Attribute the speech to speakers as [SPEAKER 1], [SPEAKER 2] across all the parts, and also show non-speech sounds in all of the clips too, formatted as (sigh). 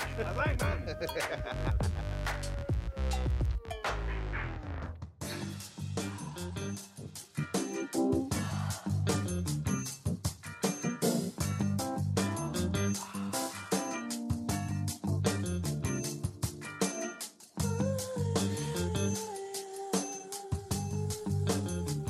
[SPEAKER 1] I like that.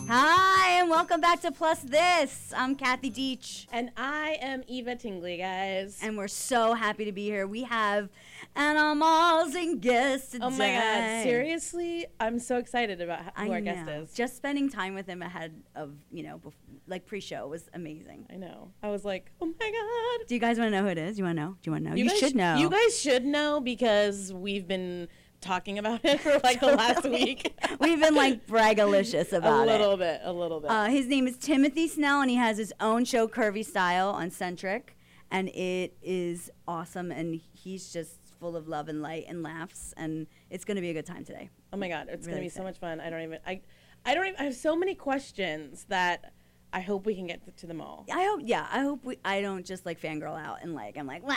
[SPEAKER 2] Hi, and welcome back to Plus This. I'm Kathy Deach,
[SPEAKER 3] And I am Eva Tingley, guys.
[SPEAKER 2] and we're so happy to be here. We have animals and guests today.
[SPEAKER 3] oh my god, seriously? I'm so excited about ho-
[SPEAKER 2] I
[SPEAKER 3] who our
[SPEAKER 2] know.
[SPEAKER 3] guest is.
[SPEAKER 2] Just spending time with him ahead of, you know, bef- like pre-show was amazing.
[SPEAKER 3] I know. I was like, oh my god.
[SPEAKER 2] Do you guys want to know who it is? You want to know? Do you want to know? You,
[SPEAKER 3] guys
[SPEAKER 2] should
[SPEAKER 3] sh-
[SPEAKER 2] know.
[SPEAKER 3] You guys should know because we've been talking about it (laughs) for
[SPEAKER 2] (laughs)
[SPEAKER 3] like the last week.
[SPEAKER 2] We've been
[SPEAKER 3] (laughs)
[SPEAKER 2] like braggalicious
[SPEAKER 3] a
[SPEAKER 2] about
[SPEAKER 3] little
[SPEAKER 2] it.
[SPEAKER 3] bit, a little bit.
[SPEAKER 2] Uh, his name is Timothy Snell, and he has his own show, Curvy Style, on Centric, and it is awesome. And he's just full of love and light and laughs, and it's going to be a good time today.
[SPEAKER 3] oh my god, it's
[SPEAKER 2] really
[SPEAKER 3] gonna be
[SPEAKER 2] excited.
[SPEAKER 3] so much fun. I don't even I I don't even I have so many questions that I hope we can get th- to them all.
[SPEAKER 2] I hope, yeah, I hope we, I don't just like fangirl out and like, I'm like, Wah,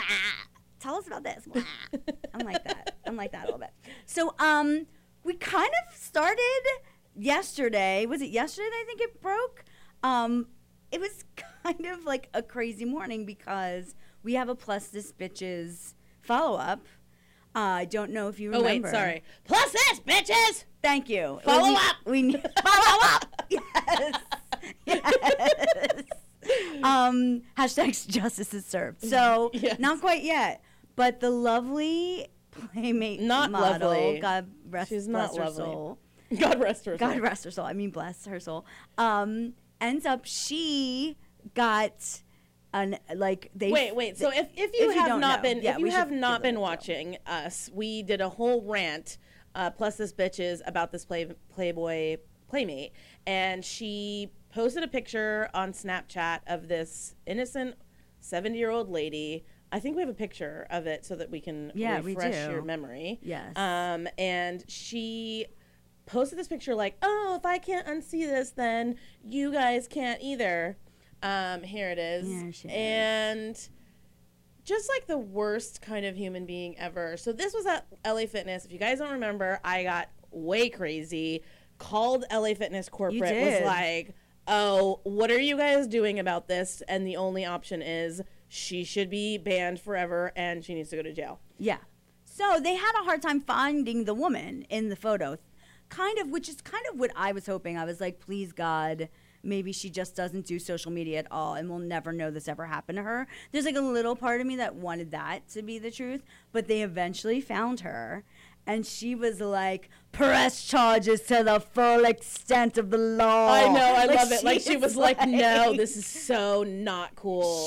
[SPEAKER 2] tell us about this. Wah.
[SPEAKER 3] (laughs)
[SPEAKER 2] I'm like that. I'm like that a little bit. So, um, we kind of started yesterday. Was it yesterday that I think it broke? Um, it was (laughs) kind of like a crazy morning because we have a plus this bitches follow up. Uh, I don't know if you
[SPEAKER 3] Oh
[SPEAKER 2] remember.
[SPEAKER 3] wait, sorry. Plus this, bitches!
[SPEAKER 2] Thank you.
[SPEAKER 3] Follow
[SPEAKER 2] we,
[SPEAKER 3] up.
[SPEAKER 2] We need
[SPEAKER 3] (laughs)
[SPEAKER 2] follow up. Yes. yes. Um, hashtags justice is served. So
[SPEAKER 3] Yes.
[SPEAKER 2] not quite yet, but the lovely playmate
[SPEAKER 3] Not
[SPEAKER 2] model,
[SPEAKER 3] lovely.
[SPEAKER 2] God rest,
[SPEAKER 3] She's not
[SPEAKER 2] bless her
[SPEAKER 3] lovely.
[SPEAKER 2] soul.
[SPEAKER 3] God rest her.
[SPEAKER 2] (laughs)
[SPEAKER 3] soul.
[SPEAKER 2] God rest her soul. I mean, bless her soul. Um, ends up she got an like they
[SPEAKER 3] Wait, wait. So if, if you
[SPEAKER 2] if you
[SPEAKER 3] have
[SPEAKER 2] don't
[SPEAKER 3] not
[SPEAKER 2] know,
[SPEAKER 3] been
[SPEAKER 2] yeah,
[SPEAKER 3] if you
[SPEAKER 2] we should
[SPEAKER 3] have not
[SPEAKER 2] give
[SPEAKER 3] been
[SPEAKER 2] them a go.
[SPEAKER 3] watching us, we did a whole rant, uh, plus this bitches about this play, Playboy playmate, and she posted a picture on Snapchat of this innocent seventy year old lady. I think we have a picture of it so that we can
[SPEAKER 2] Yeah, we
[SPEAKER 3] refresh
[SPEAKER 2] do.
[SPEAKER 3] your memory.
[SPEAKER 2] Yes.
[SPEAKER 3] Um, and she posted this picture like, "Oh, if I can't unsee this, then you guys can't either." Um, here it is.
[SPEAKER 2] Yeah, she is.
[SPEAKER 3] and just like the worst kind of human being ever. So this was at LA Fitness. If you guys don't remember, I got way crazy. Called LA Fitness corporate was
[SPEAKER 2] did.
[SPEAKER 3] like, "Oh, what are you guys doing about this?" And the only option is she should be banned forever and she needs to go to jail.
[SPEAKER 2] Yeah. So they had a hard time finding the woman in the photo, kind of, which is kind of what I was hoping. I was like, please, God, maybe she just doesn't do social media at all and we'll never know this ever happened to her. There's like a little part of me that wanted that to be the truth, but they eventually found her. And she was like, press charges to the full extent of the law.
[SPEAKER 3] I know,
[SPEAKER 2] (laughs)
[SPEAKER 3] I love it. Like
[SPEAKER 2] is
[SPEAKER 3] she was like, "No, this is so not cool."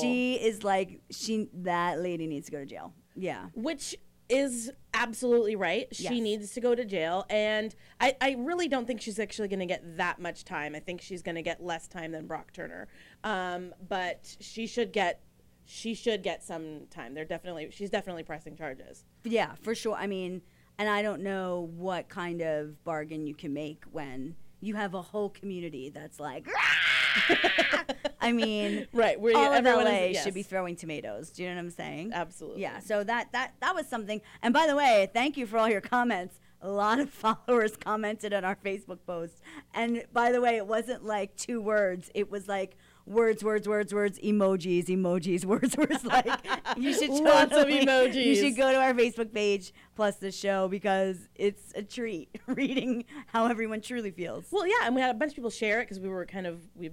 [SPEAKER 2] (laughs) She is like, she that lady needs to go to jail. Yeah.
[SPEAKER 3] which is absolutely right. She
[SPEAKER 2] Yes.
[SPEAKER 3] needs to go to jail, and I, I really don't think she's actually going to get that much time. I think she's going to get less time than Brock Turner, um, but she should get she should get some time. They're definitely she's definitely pressing charges.
[SPEAKER 2] Yeah, for sure. I mean, and I don't know what kind of bargain you can make when you have a whole community that's like, "Rah!" (laughs) I mean,
[SPEAKER 3] Right, where
[SPEAKER 2] all of
[SPEAKER 3] everyone is-
[SPEAKER 2] LA
[SPEAKER 3] yes.
[SPEAKER 2] should be throwing tomatoes. Do you know what I'm saying?
[SPEAKER 3] Absolutely.
[SPEAKER 2] Yeah. So that that that was something. And by the way, thank you for all your comments. A lot of (laughs) followers commented on our Facebook post. And by the way, it wasn't like two words. It was like words, words, words, words, emojis, emojis, (laughs) words, words. Like you should
[SPEAKER 3] Lots of
[SPEAKER 2] totally- (laughs) You
[SPEAKER 3] emojis.
[SPEAKER 2] should go to our Facebook page plus the show because it's a treat (laughs) reading how everyone truly feels.
[SPEAKER 3] Well, yeah, and we had a bunch of people share it because we were kind of we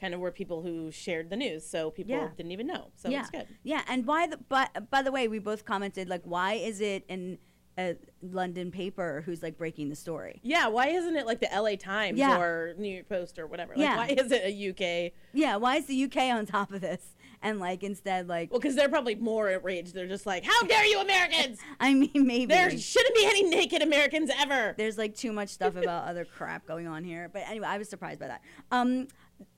[SPEAKER 3] kind of were people who shared the news, so people
[SPEAKER 2] Yeah.
[SPEAKER 3] didn't even know. So it's good.
[SPEAKER 2] Yeah, and why the but by the way, we both commented like, why is it in a London paper who's like breaking the story?
[SPEAKER 3] Yeah, why isn't it like the LA Times
[SPEAKER 2] Yeah.
[SPEAKER 3] or New York Post or whatever? Like,
[SPEAKER 2] Yeah.
[SPEAKER 3] why is it a UK
[SPEAKER 2] Yeah, why is the UK on top of this? And like instead, like
[SPEAKER 3] Well, because they're probably more outraged. They're just like, "How dare
[SPEAKER 2] (laughs)
[SPEAKER 3] you, Americans!
[SPEAKER 2] I mean, maybe
[SPEAKER 3] There shouldn't be any naked Americans ever."
[SPEAKER 2] (laughs) there's like too much stuff about other crap going on here. But anyway, I was surprised by that. Um,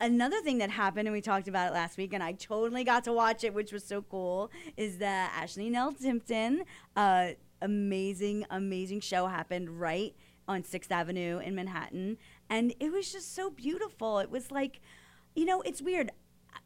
[SPEAKER 2] another thing that happened, and we talked about it last week, and I totally got to watch it, which was so cool, is that Ashley Nell Timpton, uh, amazing, amazing show happened right on Sixth Avenue in Manhattan, and it was just so beautiful. It was like, you know, it's weird.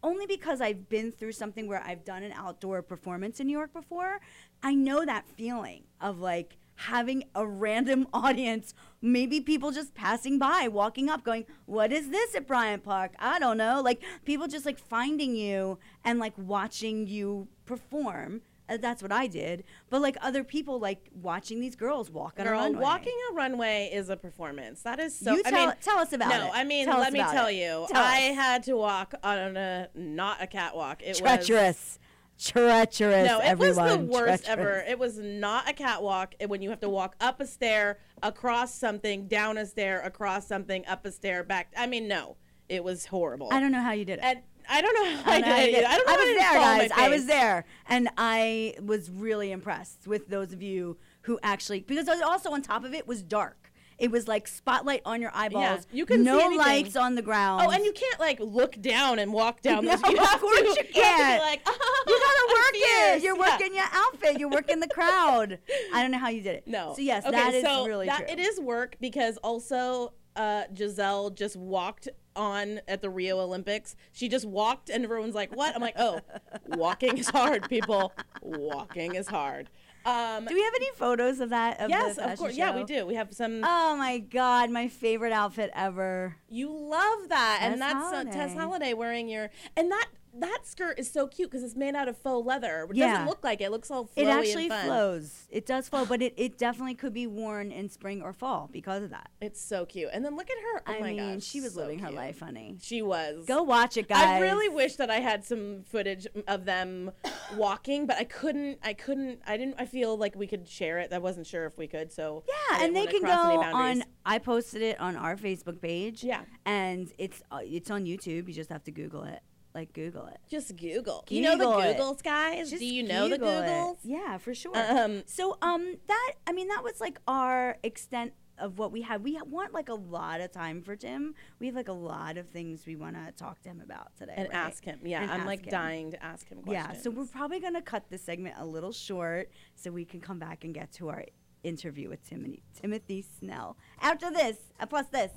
[SPEAKER 2] only because I've been through something where I've done an outdoor performance in New York before, I know that feeling of like having a random (laughs) audience, maybe people just passing by, walking up, going, What is this at Bryant Park? I don't know. Like people just like finding you and like watching you perform. Uh, That's what I did. But like other people, like watching these girls walk on a
[SPEAKER 3] Girl,
[SPEAKER 2] runway.
[SPEAKER 3] walking a runway is a performance. That is so.
[SPEAKER 2] You
[SPEAKER 3] I
[SPEAKER 2] tell-
[SPEAKER 3] mean,
[SPEAKER 2] tell us about
[SPEAKER 3] no,
[SPEAKER 2] it.
[SPEAKER 3] I mean,
[SPEAKER 2] Tell us
[SPEAKER 3] let me
[SPEAKER 2] about
[SPEAKER 3] tell
[SPEAKER 2] it.
[SPEAKER 3] you,
[SPEAKER 2] Tell
[SPEAKER 3] I
[SPEAKER 2] us.
[SPEAKER 3] had to walk on a not a catwalk. It was
[SPEAKER 2] treacherous. Treacherous.
[SPEAKER 3] no, it
[SPEAKER 2] everyone.
[SPEAKER 3] was the worst ever.
[SPEAKER 2] treacherous.
[SPEAKER 3] It was not a catwalk. It, when you have to walk up a stair, across something, down a stair, across something, up a stair, back. I mean, no, it was horrible.
[SPEAKER 2] I don't know how you did it.
[SPEAKER 3] And I don't know how
[SPEAKER 2] I
[SPEAKER 3] I,
[SPEAKER 2] know
[SPEAKER 3] did
[SPEAKER 2] how you
[SPEAKER 3] it.
[SPEAKER 2] did-
[SPEAKER 3] either. I don't know.
[SPEAKER 2] I
[SPEAKER 3] how
[SPEAKER 2] was
[SPEAKER 3] didn't
[SPEAKER 2] there,
[SPEAKER 3] fall on my
[SPEAKER 2] guys. I was
[SPEAKER 3] face.
[SPEAKER 2] there, and I was really impressed with those of you who actually because also on top of it was dark. It was like spotlight on your eyeballs.
[SPEAKER 3] you couldn't see
[SPEAKER 2] no
[SPEAKER 3] anything.
[SPEAKER 2] lights on the ground.
[SPEAKER 3] Oh, and you can't like look down and walk
[SPEAKER 2] (laughs)
[SPEAKER 3] down.
[SPEAKER 2] No,
[SPEAKER 3] this. (laughs) you
[SPEAKER 2] of
[SPEAKER 3] have
[SPEAKER 2] course
[SPEAKER 3] to,
[SPEAKER 2] you
[SPEAKER 3] You have to
[SPEAKER 2] can't.
[SPEAKER 3] be like,
[SPEAKER 2] (laughs)
[SPEAKER 3] (laughs)
[SPEAKER 2] You gotta work it. You're
[SPEAKER 3] working.
[SPEAKER 2] working your outfit. You're working the crowd. I don't know how you did it.
[SPEAKER 3] No.
[SPEAKER 2] So yes,
[SPEAKER 3] Okay,
[SPEAKER 2] that is
[SPEAKER 3] so
[SPEAKER 2] really
[SPEAKER 3] that-
[SPEAKER 2] true.
[SPEAKER 3] It is work because also uh, Giselle just walked on at the Rio Olympics. She just walked, and everyone's like, "What?" I'm like,
[SPEAKER 2] (laughs)
[SPEAKER 3] "Oh, walking is hard, people. Walking is hard." Um,
[SPEAKER 2] Do we have any photos of that? Of the
[SPEAKER 3] yes, of
[SPEAKER 2] fashion
[SPEAKER 3] course. Yeah,
[SPEAKER 2] show?
[SPEAKER 3] we do. We have some.
[SPEAKER 2] Oh my god, my favorite outfit ever.
[SPEAKER 3] you love that, and
[SPEAKER 2] Tess
[SPEAKER 3] that's uh, Tess
[SPEAKER 2] Holliday.
[SPEAKER 3] Holiday wearing your and that. That skirt is so cute because it's made out of faux leather. It
[SPEAKER 2] Yeah.
[SPEAKER 3] doesn't look like it. It looks all flowy
[SPEAKER 2] It actually
[SPEAKER 3] and fun.
[SPEAKER 2] flows. It does flow,
[SPEAKER 3] (sighs)
[SPEAKER 2] but it, it definitely could be worn in spring or fall because of that.
[SPEAKER 3] It's so cute. And then look at her. Oh
[SPEAKER 2] I
[SPEAKER 3] my
[SPEAKER 2] mean,
[SPEAKER 3] gosh,
[SPEAKER 2] she was
[SPEAKER 3] so
[SPEAKER 2] living her
[SPEAKER 3] cute.
[SPEAKER 2] life, honey.
[SPEAKER 3] She was.
[SPEAKER 2] Go watch it, guys.
[SPEAKER 3] I really wish that I had some footage of them (coughs) walking, but I couldn't. I couldn't. I didn't. I feel like we could share it. I wasn't sure if we could. So I
[SPEAKER 2] Yeah,
[SPEAKER 3] didn't
[SPEAKER 2] and they
[SPEAKER 3] wanna
[SPEAKER 2] can go
[SPEAKER 3] cross any
[SPEAKER 2] on.
[SPEAKER 3] boundaries.
[SPEAKER 2] I posted it on our Facebook page.
[SPEAKER 3] Yeah.
[SPEAKER 2] and it's uh, it's on YouTube. You just have to Google it. Like Google it.
[SPEAKER 3] Just Google. you know the
[SPEAKER 2] Google it.
[SPEAKER 3] Googles, guys.
[SPEAKER 2] Just
[SPEAKER 3] Do you know
[SPEAKER 2] Google
[SPEAKER 3] the
[SPEAKER 2] it.
[SPEAKER 3] Googles?
[SPEAKER 2] Yeah, for sure.
[SPEAKER 3] Um,
[SPEAKER 2] so um, that I mean, that was like our extent of what we had. We ha- want like a lot of time for Tim. We have like a lot of things we want to talk to him about today
[SPEAKER 3] And
[SPEAKER 2] right?
[SPEAKER 3] ask him. Yeah,
[SPEAKER 2] And
[SPEAKER 3] I'm
[SPEAKER 2] ask
[SPEAKER 3] like
[SPEAKER 2] him.
[SPEAKER 3] dying to ask him questions.
[SPEAKER 2] Yeah, so we're probably going to cut this segment a little short so we can come back and get to our interview with Timothy, Timothy Snell after this, uh, plus this.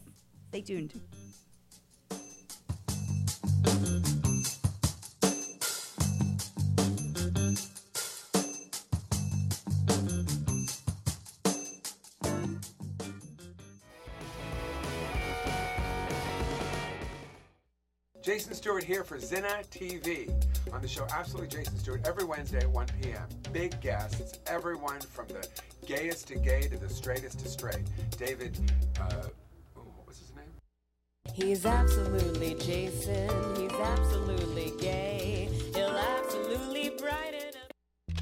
[SPEAKER 2] Stay tuned.
[SPEAKER 1] Jason Stewart here for Zina TV. On the show Absolutely Jason Stewart every Wednesday at 1 p.m. Big guests, everyone from the gayest to gay to the straightest to straight. David, uh, oh, what was his name?
[SPEAKER 4] He's absolutely Jason. He's absolutely gay. He'll absolutely brighten up.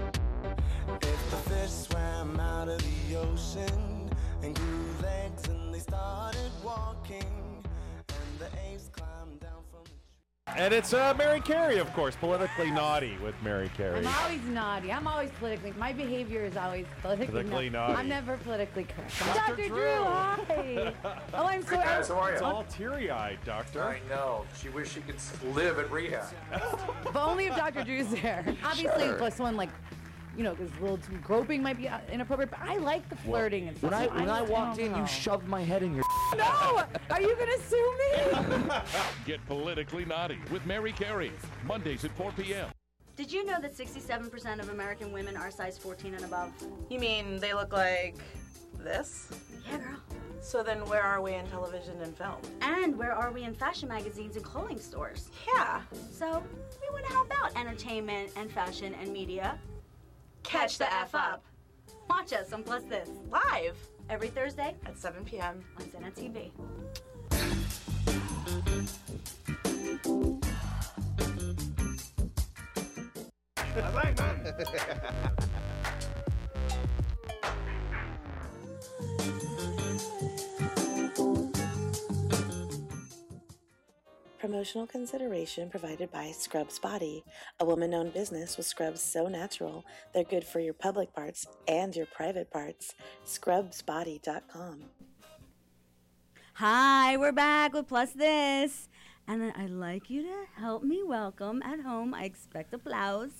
[SPEAKER 5] If the fish swam out of the ocean and grew legs and they started walking, and the apes climbed down from the tree.
[SPEAKER 6] And it's uh, Mary Carey, of course, politically naughty with Mary Carey.
[SPEAKER 7] I'm always naughty. I'm always politically. My behavior is always politically,
[SPEAKER 6] Politically
[SPEAKER 7] nau-
[SPEAKER 6] naughty.
[SPEAKER 7] I'm never politically correct.
[SPEAKER 6] Dr.
[SPEAKER 7] Dr. Drew,
[SPEAKER 6] Drew.
[SPEAKER 8] (laughs)
[SPEAKER 7] hi. oh, I'm sorry.
[SPEAKER 8] guys, how are
[SPEAKER 6] It's
[SPEAKER 8] you?
[SPEAKER 6] all teary-eyed, Doctor.
[SPEAKER 8] I know. She wished she could live at rehab.
[SPEAKER 7] But only if Dr. Drew's
[SPEAKER 8] (laughs)
[SPEAKER 7] there. Obviously, plus someone like, you know, because a little too groping might be uh, inappropriate. But I like the flirting and stuff.
[SPEAKER 9] When I
[SPEAKER 7] so
[SPEAKER 9] when I
[SPEAKER 7] don't
[SPEAKER 9] walked in,
[SPEAKER 7] know.
[SPEAKER 9] you shoved my head in your.
[SPEAKER 7] (laughs) No, are you gonna sue me?
[SPEAKER 10] Get politically naughty with Mary Carey. Mondays at 4 p.m.
[SPEAKER 2] Did you know that 67% of American women are size 14 and above?
[SPEAKER 4] You mean they look like this?
[SPEAKER 2] Yeah, girl.
[SPEAKER 4] So then where are we in television and film?
[SPEAKER 2] And where are we in fashion magazines and clothing stores?
[SPEAKER 4] Yeah.
[SPEAKER 2] So we want to help out entertainment and fashion and media.
[SPEAKER 4] Catch the F up.
[SPEAKER 2] Watch us on Plus This
[SPEAKER 4] Live
[SPEAKER 2] every Thursday
[SPEAKER 4] at 7 p.m.
[SPEAKER 2] on Zena TV.
[SPEAKER 11] Promotional consideration provided by Scrubs Body, a woman owned business with scrubs so natural they're good for your public parts and your private parts. ScrubsBody.com.
[SPEAKER 2] Hi, we're back with Plus This. And then I'd like you to help me welcome at home. I expect
[SPEAKER 9] (laughs)
[SPEAKER 2] applause.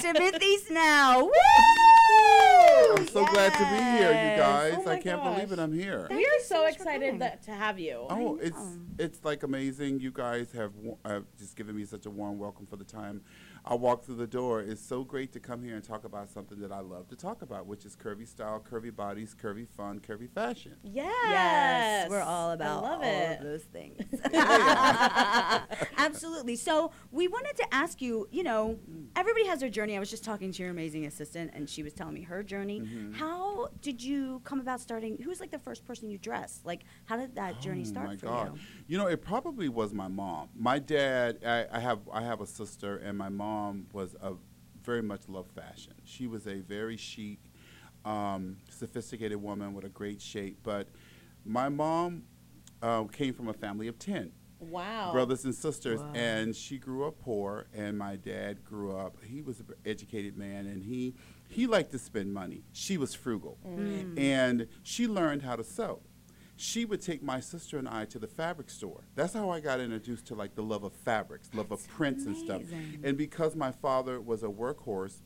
[SPEAKER 2] Timothy Snow. Woo!
[SPEAKER 9] I'm so glad to be here, you
[SPEAKER 11] Oh
[SPEAKER 9] guys. I can't believe it. I'm here.
[SPEAKER 3] We are so excited that, to have you.
[SPEAKER 9] Oh, it's
[SPEAKER 2] Um.
[SPEAKER 9] it's like amazing. You guys have, wa- have just given me such a warm welcome for the time I walked through the door. It's so great to come here and talk about something that I love to talk about, which is curvy style, curvy bodies, curvy fun, curvy fashion.
[SPEAKER 3] Yes.
[SPEAKER 2] Yes, we're all
[SPEAKER 3] I
[SPEAKER 2] about
[SPEAKER 3] love
[SPEAKER 2] all
[SPEAKER 3] it.
[SPEAKER 2] of those things. (laughs) Absolutely. So we wanted to ask you. You know, everybody has their journey. I was just talking to your amazing assistant, and she was telling me her journey.
[SPEAKER 9] Mhm.
[SPEAKER 2] How did you come about starting? Who was like the first person you dressed? Like, how did that journey start
[SPEAKER 9] oh my
[SPEAKER 2] for
[SPEAKER 9] God.
[SPEAKER 2] you?
[SPEAKER 9] know, it probably was my mom. My dad. I, I have I have a sister, and my mom was a very much loved fashion. She was a very chic, um, sophisticated woman with a great shape. But my mom uh, came from a family of ten
[SPEAKER 3] Wow.
[SPEAKER 9] brothers and sisters
[SPEAKER 3] Wow.
[SPEAKER 9] and she grew up poor and my dad grew up he was an educated man and he he liked to spend money she was frugal
[SPEAKER 12] Mm.
[SPEAKER 9] and she learned how to sew she would take my sister and I to the fabric store. That's how I got introduced to like the love of fabrics, love of prints and stuff.
[SPEAKER 12] amazing.
[SPEAKER 9] And because my father was a workhorse,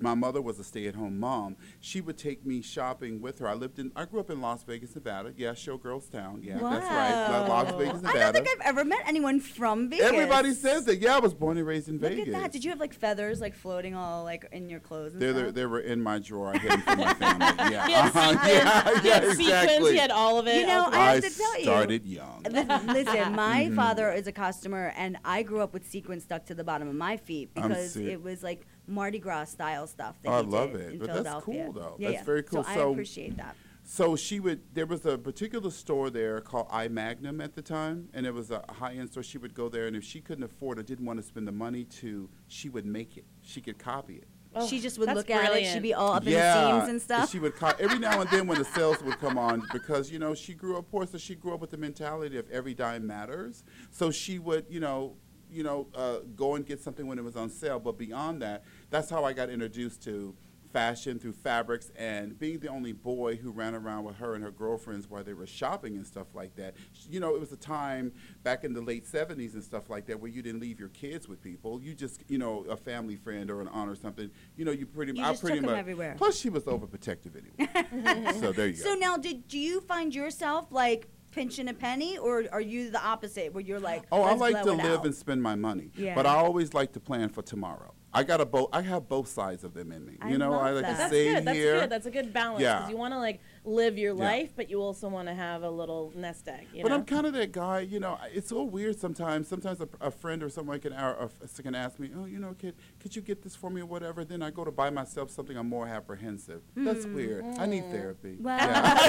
[SPEAKER 9] my mother was a stay-at-home mom. She would take me shopping with her. I lived in I grew up in Las Vegas, Nevada. Yeah, showgirls town. Yeah, that's right. Las Vegas,
[SPEAKER 2] I
[SPEAKER 9] Nevada.
[SPEAKER 2] don't think I've ever met anyone from Vegas.
[SPEAKER 9] Everybody says that. Yeah, I was born and raised in
[SPEAKER 2] Look
[SPEAKER 9] Vegas.
[SPEAKER 2] at that. Did you have like feathers like floating all like in your clothes? And
[SPEAKER 9] They,
[SPEAKER 2] stuff?
[SPEAKER 9] they, they were in my drawer. I hid them from my family. (laughs) Yeah,
[SPEAKER 2] He had
[SPEAKER 9] uh-huh.
[SPEAKER 2] sequins.
[SPEAKER 9] yeah,
[SPEAKER 2] He
[SPEAKER 9] yeah,
[SPEAKER 2] had
[SPEAKER 9] exactly.
[SPEAKER 2] sequins. He had all of it. You know, I have to tell you-
[SPEAKER 9] started young.
[SPEAKER 2] Listen, (laughs) listen, my
[SPEAKER 9] Mhm.
[SPEAKER 2] father is a customer, and I grew up with sequins stuck to the bottom of my feet
[SPEAKER 9] I'm
[SPEAKER 2] because
[SPEAKER 9] sick.
[SPEAKER 2] it was like Mardi Gras style stuff. That
[SPEAKER 9] I
[SPEAKER 2] he
[SPEAKER 9] love
[SPEAKER 2] did
[SPEAKER 9] it,
[SPEAKER 2] in
[SPEAKER 9] but that's
[SPEAKER 2] Philadelphia.
[SPEAKER 9] cool though.
[SPEAKER 2] Yeah,
[SPEAKER 9] that's
[SPEAKER 2] yeah.
[SPEAKER 9] very cool.
[SPEAKER 2] So, I appreciate that.
[SPEAKER 9] So she would. There was a particular store there called I Magnum at the time, and it was a high-end store. She would go there, and if she couldn't afford or didn't want to spend the money to, she would make it. She could copy it.
[SPEAKER 2] she just would
[SPEAKER 3] that's
[SPEAKER 2] look at it. She'd be all up in the
[SPEAKER 9] yeah,
[SPEAKER 2] seams and stuff.
[SPEAKER 9] She would call every now and then when the sales would come on because you know she grew up poor, so she grew up with the mentality of every dime matters. So she would, you know, you know, uh, go and get something when it was on sale. But beyond that, that's how I got introduced to fashion through fabrics and being the only boy who ran around with her and her girlfriends while they were shopping and stuff like that Sh- you know it was a time back in the late 70s and stuff like that where you didn't leave your kids with people you just you know a family friend or an aunt or something you know you pretty
[SPEAKER 2] You
[SPEAKER 9] I
[SPEAKER 2] just
[SPEAKER 9] pretty
[SPEAKER 2] took 'em
[SPEAKER 9] much
[SPEAKER 2] everywhere.
[SPEAKER 9] plus she was overprotective anyway
[SPEAKER 2] (laughs)
[SPEAKER 9] so there you go
[SPEAKER 2] So now, did do you find yourself like pinching a penny, or are you the opposite, where you're like,
[SPEAKER 9] Oh, I
[SPEAKER 2] "Let's
[SPEAKER 9] like to
[SPEAKER 2] blow it
[SPEAKER 9] live
[SPEAKER 2] out."
[SPEAKER 9] and spend my money,
[SPEAKER 2] Yeah.
[SPEAKER 9] but I always like to plan for tomorrow. I got a both. I have both sides of them in me. You know, I like to
[SPEAKER 3] that's
[SPEAKER 9] save
[SPEAKER 3] good. That's
[SPEAKER 9] here.
[SPEAKER 3] good. That's a good balance because
[SPEAKER 9] Yeah.
[SPEAKER 3] you want to like live your
[SPEAKER 9] Yeah.
[SPEAKER 3] life, but you also want to have a little nest egg. You
[SPEAKER 9] but
[SPEAKER 3] know?
[SPEAKER 9] I'm kind of that guy, you know. I- It's so weird sometimes. Sometimes a, a friend or someone can or a f- can ask me, "Oh, you know, kid, could you get this for me or whatever?" Then I go to buy myself something. I'm more apprehensive. That's
[SPEAKER 2] Mm.
[SPEAKER 9] weird. I need therapy.
[SPEAKER 2] Well,
[SPEAKER 9] Yeah.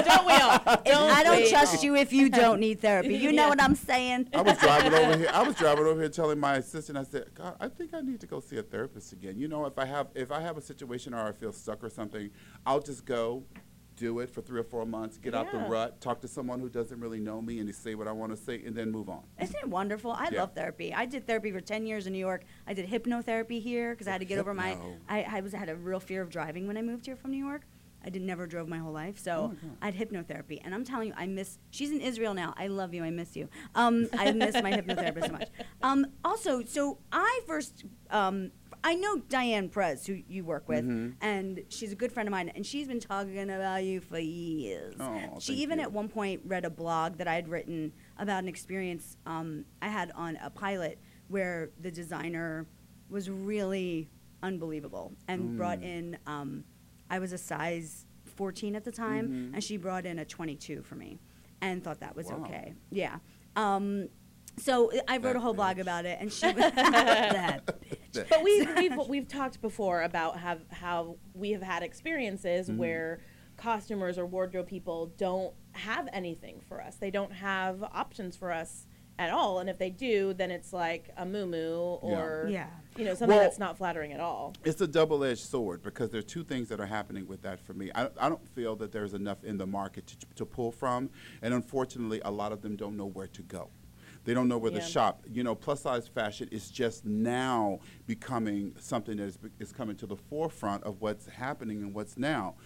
[SPEAKER 2] (laughs)
[SPEAKER 3] don't we all?
[SPEAKER 2] If
[SPEAKER 9] Don't
[SPEAKER 2] I don't
[SPEAKER 9] we
[SPEAKER 2] trust
[SPEAKER 9] all?
[SPEAKER 2] you if you don't need therapy. You know
[SPEAKER 9] Yeah.
[SPEAKER 2] what I'm saying?
[SPEAKER 9] I was driving over here. I was driving over here, telling my assistant. I said, "God, I think I need to go see a therapist again. You know, if I have if I have a situation or I feel stuck or something, I'll just go, do it for three or four months, get out the
[SPEAKER 2] Yeah.
[SPEAKER 9] rut, talk to someone who doesn't really know me, and they say what I want to say, and then move on."
[SPEAKER 2] (laughs) Isn't it wonderful? I
[SPEAKER 9] Yeah.
[SPEAKER 2] love therapy. I did therapy for 10 years in New York. I did hypnotherapy here because I had to get over my.
[SPEAKER 9] Hypno.
[SPEAKER 2] I, I was had a real fear of driving when I moved here from New York. I did never drove my whole life,
[SPEAKER 9] Oh
[SPEAKER 2] so
[SPEAKER 9] my God.
[SPEAKER 2] I had hypnotherapy, and I'm telling you, I miss. She's in Israel now. I love you. I miss you. Um, I miss my hypnotherapist so
[SPEAKER 9] (laughs)
[SPEAKER 2] much. Um, also, so I first. Um, I know Diane Prez, who you work with,
[SPEAKER 9] Mhm.
[SPEAKER 2] and she's a good friend of mine, and she's been talking about you for years.
[SPEAKER 9] Oh,
[SPEAKER 2] she
[SPEAKER 9] thank
[SPEAKER 2] even
[SPEAKER 9] you.
[SPEAKER 2] at one point read a blog that I had written about an experience um, I had on a pilot where the designer was really unbelievable and brought
[SPEAKER 13] Mm.
[SPEAKER 2] in. Um, I was a size 14 at the time,
[SPEAKER 13] Mhm.
[SPEAKER 2] and she brought in a 22 for me, and thought that was
[SPEAKER 13] Wow.
[SPEAKER 2] okay. Yeah. Um, so I wrote
[SPEAKER 3] That
[SPEAKER 2] a whole blog about it, and she was (laughs) that
[SPEAKER 3] But
[SPEAKER 9] (laughs)
[SPEAKER 3] we, we've we've talked before about have how we have had experiences
[SPEAKER 9] Mm-hmm.
[SPEAKER 2] Mhm.
[SPEAKER 3] where costumers or wardrobe people don't have anything for us. They don't have options for us at all. And if they do, then it's like a moo
[SPEAKER 9] Yeah.
[SPEAKER 3] or
[SPEAKER 9] Yeah.
[SPEAKER 3] you know something
[SPEAKER 9] Well-
[SPEAKER 3] that's not flattering at all.
[SPEAKER 9] It's a double-edged sword because there are two things that are happening with that for me. I, I don't feel that there's enough in the market to, to pull from, and unfortunately, a lot of them don't know where to go. They don't know where
[SPEAKER 12] Yeah.
[SPEAKER 9] to shop. You know, plus-size fashion is just now becoming something that is, be- is coming to the forefront of what's happening and what's now.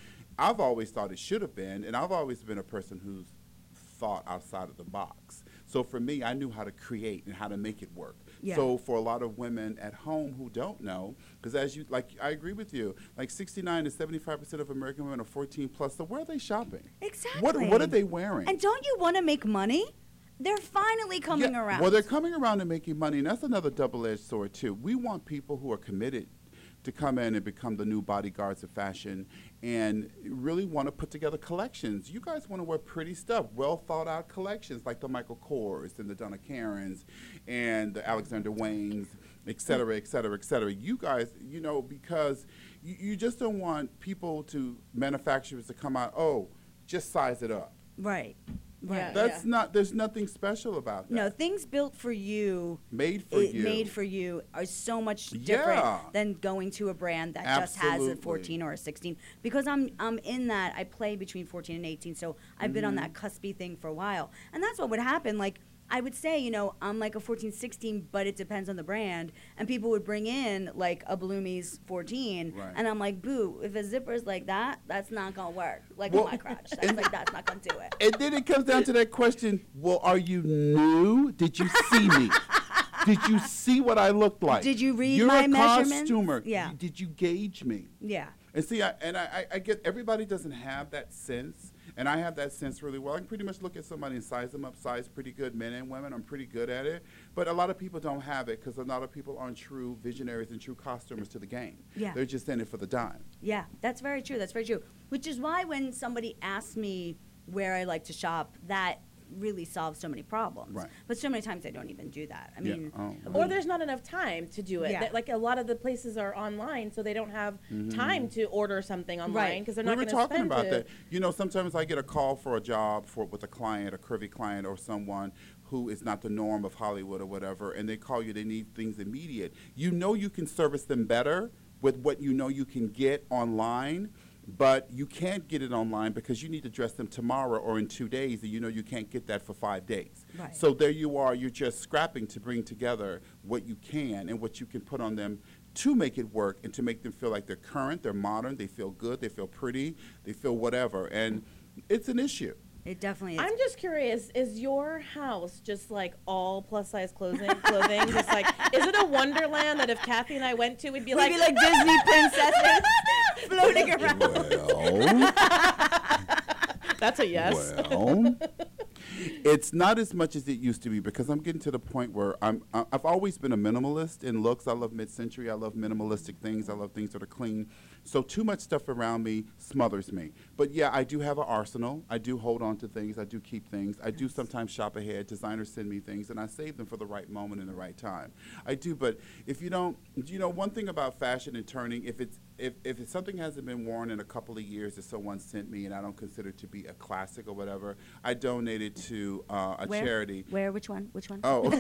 [SPEAKER 9] I've always thought it should have been, and I've always been a person who's thought outside of the box. So for me, I knew how to create and how to make it work.
[SPEAKER 12] Yeah.
[SPEAKER 9] So for a lot of women at home who don't know, because as you like, I agree with you. Like 69 to 75 percent of American women are 14 plus. So where are they shopping?
[SPEAKER 2] Exactly.
[SPEAKER 9] What What are they wearing?
[SPEAKER 2] And don't you want to make money? They're finally coming
[SPEAKER 9] Yeah,
[SPEAKER 2] around.
[SPEAKER 9] Well, they're coming around and making money, and that's another double-edged sword too. We want people who are committed to come in and become the new bodyguards of fashion, and really want to put together collections. You guys want to wear pretty stuff, well thought out collections like the Michael Kors and the Donna Karens, and the Alexander Waynes, et cetera, et cetera, et cetera. You guys, you know, because you, you just don't want people to manufacturers to come out. Oh, just size it up.
[SPEAKER 2] right. Right.
[SPEAKER 9] That's not. There's nothing special about that.
[SPEAKER 2] No, things built for you,
[SPEAKER 9] Made for
[SPEAKER 2] it-
[SPEAKER 9] you.
[SPEAKER 2] made for you, are so much different
[SPEAKER 9] Yeah.
[SPEAKER 2] than going to a brand that just has a
[SPEAKER 9] Absolutely.
[SPEAKER 2] 14 or a 16. Because I'm I'm in that. I play between 14 and 18, so I've been on
[SPEAKER 13] Mhm.
[SPEAKER 2] that
[SPEAKER 9] Mm-hmm.
[SPEAKER 2] cuspy thing for a while, and that's what would happen. Like I would say, you know, I'm like a 14, 16, but it depends on the brand. And people would bring in like a Bloomies 14,
[SPEAKER 9] Right.
[SPEAKER 2] and I'm like, boo, if a zipper's like that, that's not gonna work. Like
[SPEAKER 9] Well,
[SPEAKER 2] on my
[SPEAKER 9] (laughs)
[SPEAKER 2] crotch, that's like that's not gonna do it.
[SPEAKER 9] And then it comes down to that question: Well, are you new? Did you see me? Did you see what I looked like?
[SPEAKER 2] Did you read
[SPEAKER 9] You're
[SPEAKER 2] my
[SPEAKER 9] a
[SPEAKER 2] measurements?
[SPEAKER 9] costumer.
[SPEAKER 2] Yeah.
[SPEAKER 9] You- Did you gauge me?
[SPEAKER 2] Yeah.
[SPEAKER 9] And see, I, and I, I I get everybody doesn't have that sense, and I have that sense really well. I can pretty much look at somebody and size them up, size pretty good, men and women. I'm pretty good at it, but a lot of people don't have it because a lot of people aren't true visionaries and true costumers to the game.
[SPEAKER 2] Yeah.
[SPEAKER 9] they're just in it for the dime.
[SPEAKER 2] Yeah, that's very true. That's very true. Which is why when somebody asks me where I like to shop, that really solves so many problems.
[SPEAKER 3] Right.
[SPEAKER 2] But so many times I don't even do that. I
[SPEAKER 3] Yeah.
[SPEAKER 2] mean,
[SPEAKER 9] Oh,
[SPEAKER 3] or there's not enough time to do it.
[SPEAKER 2] Yeah.
[SPEAKER 3] That- Like a lot of the places are online, so they don't have
[SPEAKER 9] Mhm.
[SPEAKER 3] time to order something online because they're
[SPEAKER 9] we
[SPEAKER 3] not
[SPEAKER 9] were
[SPEAKER 3] going to
[SPEAKER 9] talking
[SPEAKER 3] spend
[SPEAKER 9] about
[SPEAKER 3] it.
[SPEAKER 9] that. You know, sometimes I get a call for a job for with a client, a curvy client, or someone who is not the norm of Hollywood or whatever, and they call you. They need things immediate. You know, you can service them better with what you know you can get online. But you can't get it online because you need to dress them tomorrow or in two days, and you know you can't get that for five days.
[SPEAKER 12] Right.
[SPEAKER 9] So there you are, you're just scrapping to bring together what you can and what you can put on them to make it work and to make them feel like they're current, they're modern, they feel good, they feel pretty, they feel whatever. And it's an issue.
[SPEAKER 2] it definitely is.
[SPEAKER 3] I'm just curious: is your house just like all plus size clothing?
[SPEAKER 2] (laughs)
[SPEAKER 3] Clothing, just like is it a wonderland that if Kathy and I went to, we'd be
[SPEAKER 2] We'd
[SPEAKER 3] (laughs) like
[SPEAKER 2] be like Disney (laughs) princesses floating around.
[SPEAKER 9] Well,
[SPEAKER 3] (laughs) That's a yes.
[SPEAKER 9] well, (laughs) it's not as much as it used to be because I'm getting to the point where I'm. I- I've always been a minimalist in looks. I love mid-century. I love minimalistic things. I love things that are clean. So too much stuff around me smothers me. But yeah, I do have an arsenal. I do hold on to things. I do keep things. I do sometimes shop ahead. Designers send me things, and I save them for the right moment and the right time. I do. But if you don't, you know, one thing about fashion and turning, if it's if, if it's something hasn't been worn in a couple of years that someone sent me and I don't consider it to be a classic or whatever, I donate it to uh,
[SPEAKER 2] (laughs)
[SPEAKER 9] a
[SPEAKER 2] Where?
[SPEAKER 3] (laughs)
[SPEAKER 9] charity.
[SPEAKER 2] Where? Which one? Which one?
[SPEAKER 9] Oh.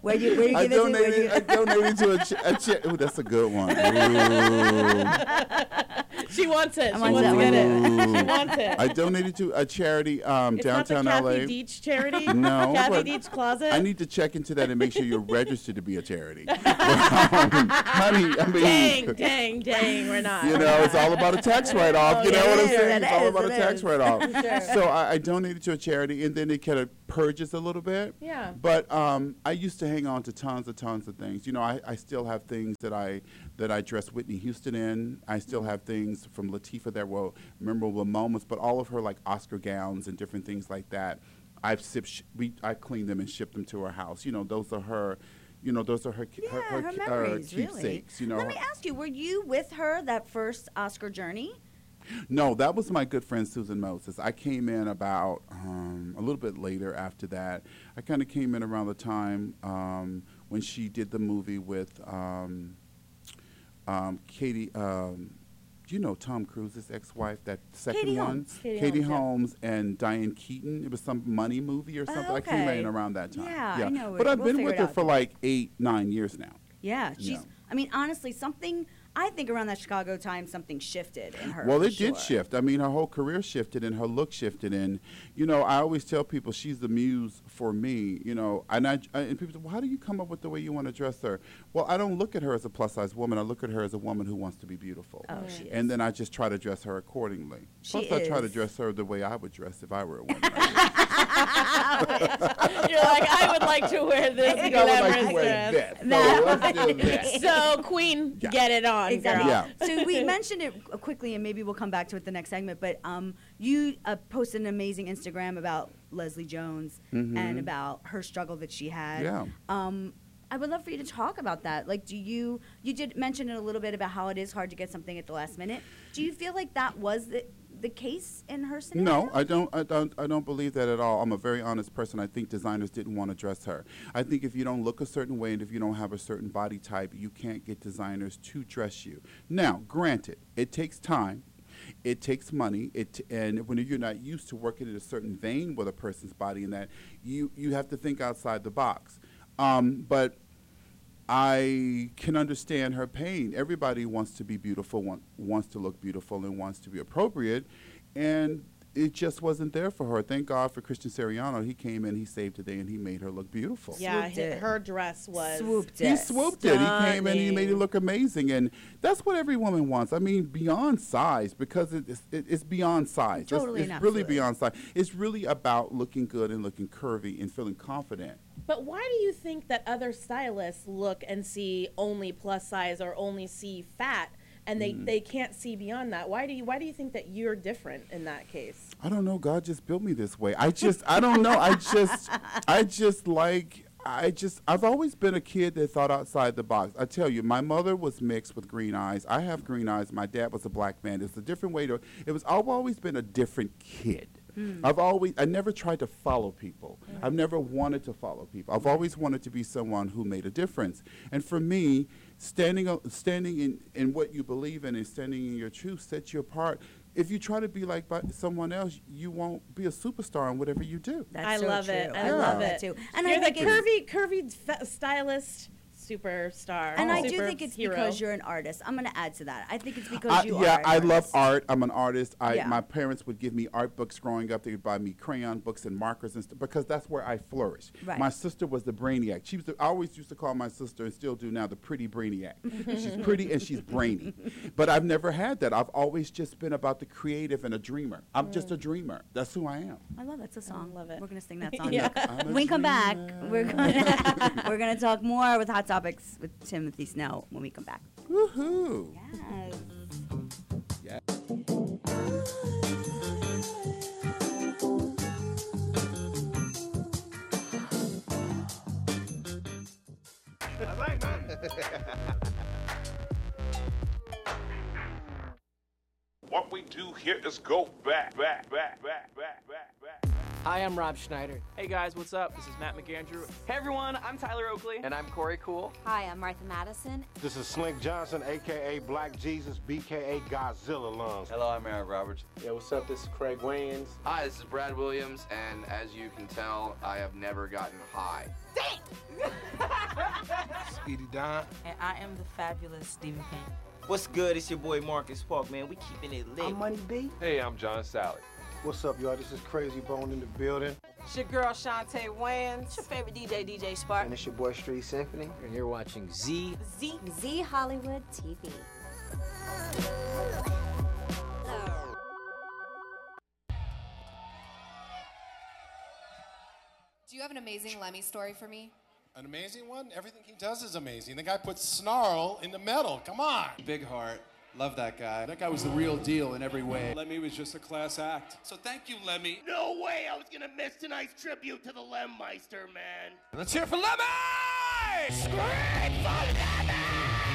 [SPEAKER 2] where you? Where you
[SPEAKER 9] (laughs) I
[SPEAKER 2] give it to? Where
[SPEAKER 9] donated,
[SPEAKER 2] you-
[SPEAKER 9] I donated to a, cha- a cha- Ooh, that's a
[SPEAKER 3] (laughs)
[SPEAKER 9] good one. Ooh.
[SPEAKER 3] she wants it.
[SPEAKER 2] I
[SPEAKER 3] She (laughs)
[SPEAKER 2] want
[SPEAKER 3] wants
[SPEAKER 2] that
[SPEAKER 3] to get it. (laughs)
[SPEAKER 9] Ooh.
[SPEAKER 3] She wants it.
[SPEAKER 9] I donated to a charity um,
[SPEAKER 3] it's
[SPEAKER 9] downtown
[SPEAKER 3] not the
[SPEAKER 9] LA.
[SPEAKER 3] Kathy Deach charity.
[SPEAKER 9] No,
[SPEAKER 3] (laughs) Kathy
[SPEAKER 9] but
[SPEAKER 3] Deach closet.
[SPEAKER 9] I need to check into that and make sure you're registered to be
[SPEAKER 3] (laughs)
[SPEAKER 9] a charity. (laughs) um, honey, I mean, (laughs)
[SPEAKER 3] dang, dang, dang. We're not. Oh,
[SPEAKER 9] You know, it's all about
[SPEAKER 3] (laughs)
[SPEAKER 9] a tax write off. you know what I'm
[SPEAKER 3] yeah,
[SPEAKER 9] saying?
[SPEAKER 3] it
[SPEAKER 9] It's all
[SPEAKER 3] is,
[SPEAKER 9] about
[SPEAKER 3] it
[SPEAKER 9] a tax
[SPEAKER 3] is.
[SPEAKER 9] write off.
[SPEAKER 3] (laughs) Sure.
[SPEAKER 9] So I, I donated to a charity, and then it kind of purges a little bit.
[SPEAKER 3] Yeah.
[SPEAKER 9] But um, I used to hang on to tons and tons of things. You know, I, I still have things that I that I dress Whitney Houston in. I still have things from Latifah that were memorable moments, but all of her like Oscar gowns and different things like that. I've sipped, sh- we I cleaned them and shipped them to her house. You know, those are her. You know, those are her ki- (laughs) her,
[SPEAKER 2] Yeah,
[SPEAKER 9] her,
[SPEAKER 2] her
[SPEAKER 9] ki- uh,
[SPEAKER 2] memories, really.
[SPEAKER 9] keepsakes. You know,
[SPEAKER 2] Let
[SPEAKER 9] her-
[SPEAKER 2] me ask you: Were you with her that first Oscar journey?
[SPEAKER 9] No, that was my good friend Susan Moses. I came in about um, a little bit later after that. I kind of came in around the time um, when she did the movie with um, um, Katie. Um, do you know Tom Cruise's ex-wife, that second
[SPEAKER 12] Katie
[SPEAKER 9] one,
[SPEAKER 12] Holmes. Katie
[SPEAKER 9] Katie,
[SPEAKER 12] Holmes, yeah.
[SPEAKER 9] Holmes and Diane Keaton. It was some money movie or something. I came
[SPEAKER 2] Oh, okay.
[SPEAKER 9] in around that time.
[SPEAKER 2] Yeah, I know
[SPEAKER 9] But
[SPEAKER 2] it.
[SPEAKER 9] I've
[SPEAKER 2] We'll
[SPEAKER 9] been
[SPEAKER 2] figure
[SPEAKER 9] with
[SPEAKER 2] it
[SPEAKER 9] her
[SPEAKER 2] out.
[SPEAKER 9] for like eight, nine years now.
[SPEAKER 2] Yeah, she's.
[SPEAKER 9] No.
[SPEAKER 2] I mean, honestly, something. I think around that Chicago time, something shifted in her.
[SPEAKER 9] Well,
[SPEAKER 2] for
[SPEAKER 9] it
[SPEAKER 2] sure.
[SPEAKER 9] did shift. I mean, her whole career shifted and her look shifted. And, you know, I always tell people she's the muse for me, you know. And, I, I- and people say, well, how do you come up with the way you want to dress her? Well, I don't look at her as a plus size woman. I look at her as a woman who wants to be beautiful.
[SPEAKER 2] Oh, she is.
[SPEAKER 9] and then I just try to dress her accordingly.
[SPEAKER 2] She
[SPEAKER 9] Plus, I try to
[SPEAKER 2] is.
[SPEAKER 9] dress her the way I would dress if I were
[SPEAKER 2] (laughs)
[SPEAKER 9] a woman.
[SPEAKER 3] You're like, I would like to wear this
[SPEAKER 9] I think I would like to
[SPEAKER 3] glamorous
[SPEAKER 9] wear
[SPEAKER 3] dress.
[SPEAKER 9] that.
[SPEAKER 2] (laughs)
[SPEAKER 9] So That- let's do that.
[SPEAKER 3] So, Queen,
[SPEAKER 9] Yeah.
[SPEAKER 3] get it on,
[SPEAKER 2] Exactly.
[SPEAKER 3] girl.
[SPEAKER 2] so
[SPEAKER 3] (laughs)
[SPEAKER 2] we mentioned it qu- quickly, and maybe we'll come back to it the next segment. But um, you uh, posted an amazing Instagram about Leslie Jones
[SPEAKER 9] Mhm.
[SPEAKER 2] and about her struggle that she had.
[SPEAKER 9] Yeah.
[SPEAKER 2] Um, I would love for you to talk about that. Like, do you you did mention it a little bit about how it is hard to get something at the last minute? Do you feel like that was the the case in her scenario?
[SPEAKER 9] No, I don't. I don't. I don't believe that at all. I'm a very honest person. I think designers didn't want to dress her. I think if you don't look a certain way and if you don't have a certain body type, you can't get designers to dress you. Now, granted, it takes time. It takes money, it t- and when you're not used to working in a certain vein with a person's body, and that you you have to think outside the box. Um, but I can understand her pain. Everybody wants to be beautiful, want, wants to look beautiful, and wants to be appropriate. And it just wasn't there for her. Thank God for Christian Siriano. He came in, he saved the day, and he made her look beautiful.
[SPEAKER 3] Yeah,
[SPEAKER 2] Swooped
[SPEAKER 3] hi-
[SPEAKER 2] it.
[SPEAKER 3] her dress was
[SPEAKER 2] Swooped
[SPEAKER 9] He swooped it. He came in and he made it look amazing. And that's what every woman wants. I mean, beyond size, because it, it's, it, it's beyond size. It's-
[SPEAKER 3] Totally
[SPEAKER 9] it's
[SPEAKER 3] and
[SPEAKER 9] really
[SPEAKER 3] absolutely.
[SPEAKER 9] beyond size. It's really about looking good and looking curvy and feeling confident.
[SPEAKER 3] But why do you think that other stylists look and see only plus size or only see fat and they,
[SPEAKER 9] Mm.
[SPEAKER 3] they can't see beyond that? Why do you why do you think that you're different in that case?
[SPEAKER 9] I don't know. God just built me this way. I just, I don't know. I just, I just like, I just, I've always been a kid that thought outside the box. I tell you, my mother was mixed with green eyes. I have green eyes. My dad was a black man. It's a different way to, it was, I've always been a different kid.
[SPEAKER 12] Hmm.
[SPEAKER 9] I've always, I never tried to follow people. I've never wanted to follow people. I've always wanted to be someone who made a difference. And for me, standing, o- standing in, in what you believe in and standing in your truth sets you apart. If you try to be like by someone else, you won't be a superstar in whatever you do.
[SPEAKER 2] That's
[SPEAKER 3] I
[SPEAKER 2] so
[SPEAKER 3] love it.
[SPEAKER 2] true.
[SPEAKER 3] I
[SPEAKER 2] I
[SPEAKER 3] love
[SPEAKER 2] love
[SPEAKER 3] it
[SPEAKER 2] that too. And I
[SPEAKER 3] you're the
[SPEAKER 2] think
[SPEAKER 3] curvy curvy fe- stylist superstar.
[SPEAKER 2] And I do think it's
[SPEAKER 3] superhero.
[SPEAKER 2] because you're an artist. I'm going to add to that. I think it's because
[SPEAKER 9] I-
[SPEAKER 2] you
[SPEAKER 9] yeah,
[SPEAKER 2] are. an
[SPEAKER 9] I
[SPEAKER 2] artist.
[SPEAKER 9] love art. I'm an artist. I
[SPEAKER 2] Yeah.
[SPEAKER 9] my parents would give me art books growing up. They would buy me crayon books and markers and stuff because that's where I flourished.
[SPEAKER 12] Right.
[SPEAKER 9] My sister was the brainiac. She was. The, I always used to call my sister and still do now the
[SPEAKER 2] (laughs)
[SPEAKER 9] pretty brainiac. she's pretty and she's brainy, but I've never had that. I've always just been about the creative and a dreamer. I'm just a
[SPEAKER 2] Mm.
[SPEAKER 9] dreamer. That's who I am.
[SPEAKER 2] I love that's a song. love it. We're gonna sing that song.
[SPEAKER 9] Yeah.
[SPEAKER 2] When we come back, we're gonna (laughs) we're gonna talk more with hot topics with Timothy Snow when we come back.
[SPEAKER 9] Woohoo!
[SPEAKER 2] Yes.
[SPEAKER 9] Yeah.
[SPEAKER 10] What we do here is go back, back, back, back, back, back, back.
[SPEAKER 13] Hi, I'm Rob Schneider. Hey guys, what's up? This is Matt McAndrew. Hey everyone, I'm Tyler Oakley. And I'm Corey Cool.
[SPEAKER 14] Hi, I'm Martha Madison.
[SPEAKER 15] This is Slink Johnson, aka Black Jesus, BKA Godzilla Lungs.
[SPEAKER 16] Hello, I'm Eric Roberts. Yeah, what's up? This is Craig Wayans. Hi, this is Brad Williams, and as you can tell, I have never gotten high.
[SPEAKER 17] Speedy Don.
[SPEAKER 18] And I am the fabulous Stephen Payne.
[SPEAKER 17] What's good? It's your boy Marcus Park, man. We keeping it lit.
[SPEAKER 15] I'm Money B.
[SPEAKER 17] Hey, I'm John Sally.
[SPEAKER 15] What's up, y'all? This is Crazy Bone in the building.
[SPEAKER 18] It's your girl Shantae Wayans. It's your favorite DJ, DJ Spark.
[SPEAKER 17] it's your boy Street Symphony. And you're watching Z.
[SPEAKER 14] Z. Z Hollywood TV.
[SPEAKER 19] Do you have an amazing Lemmy story for me?
[SPEAKER 20] An amazing one? Everything he does is amazing. The guy puts snarl in the metal. Come on. Big heart. Love that guy. That guy was the real deal in every way. Lemmy was just a class act. So thank you, Lemmy.
[SPEAKER 21] No way I was gonna miss tonight's tribute to the Lemmeister, man.
[SPEAKER 20] Let's hear for Lemmy!
[SPEAKER 21] Scream for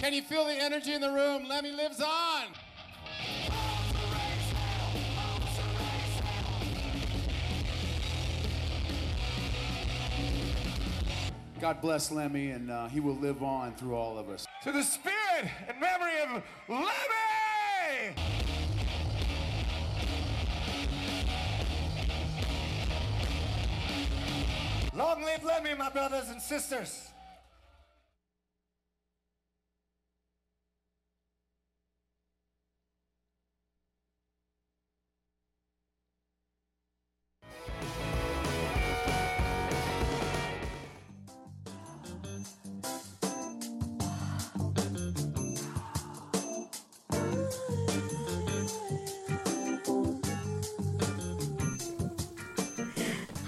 [SPEAKER 20] Can you feel the energy in the room? Lemmy lives on. God bless Lemmy, and uh, he will live on through all of us. To the spirit!
[SPEAKER 12] it in memory of Lemmy! Long live Lemmy, my brothers and sisters.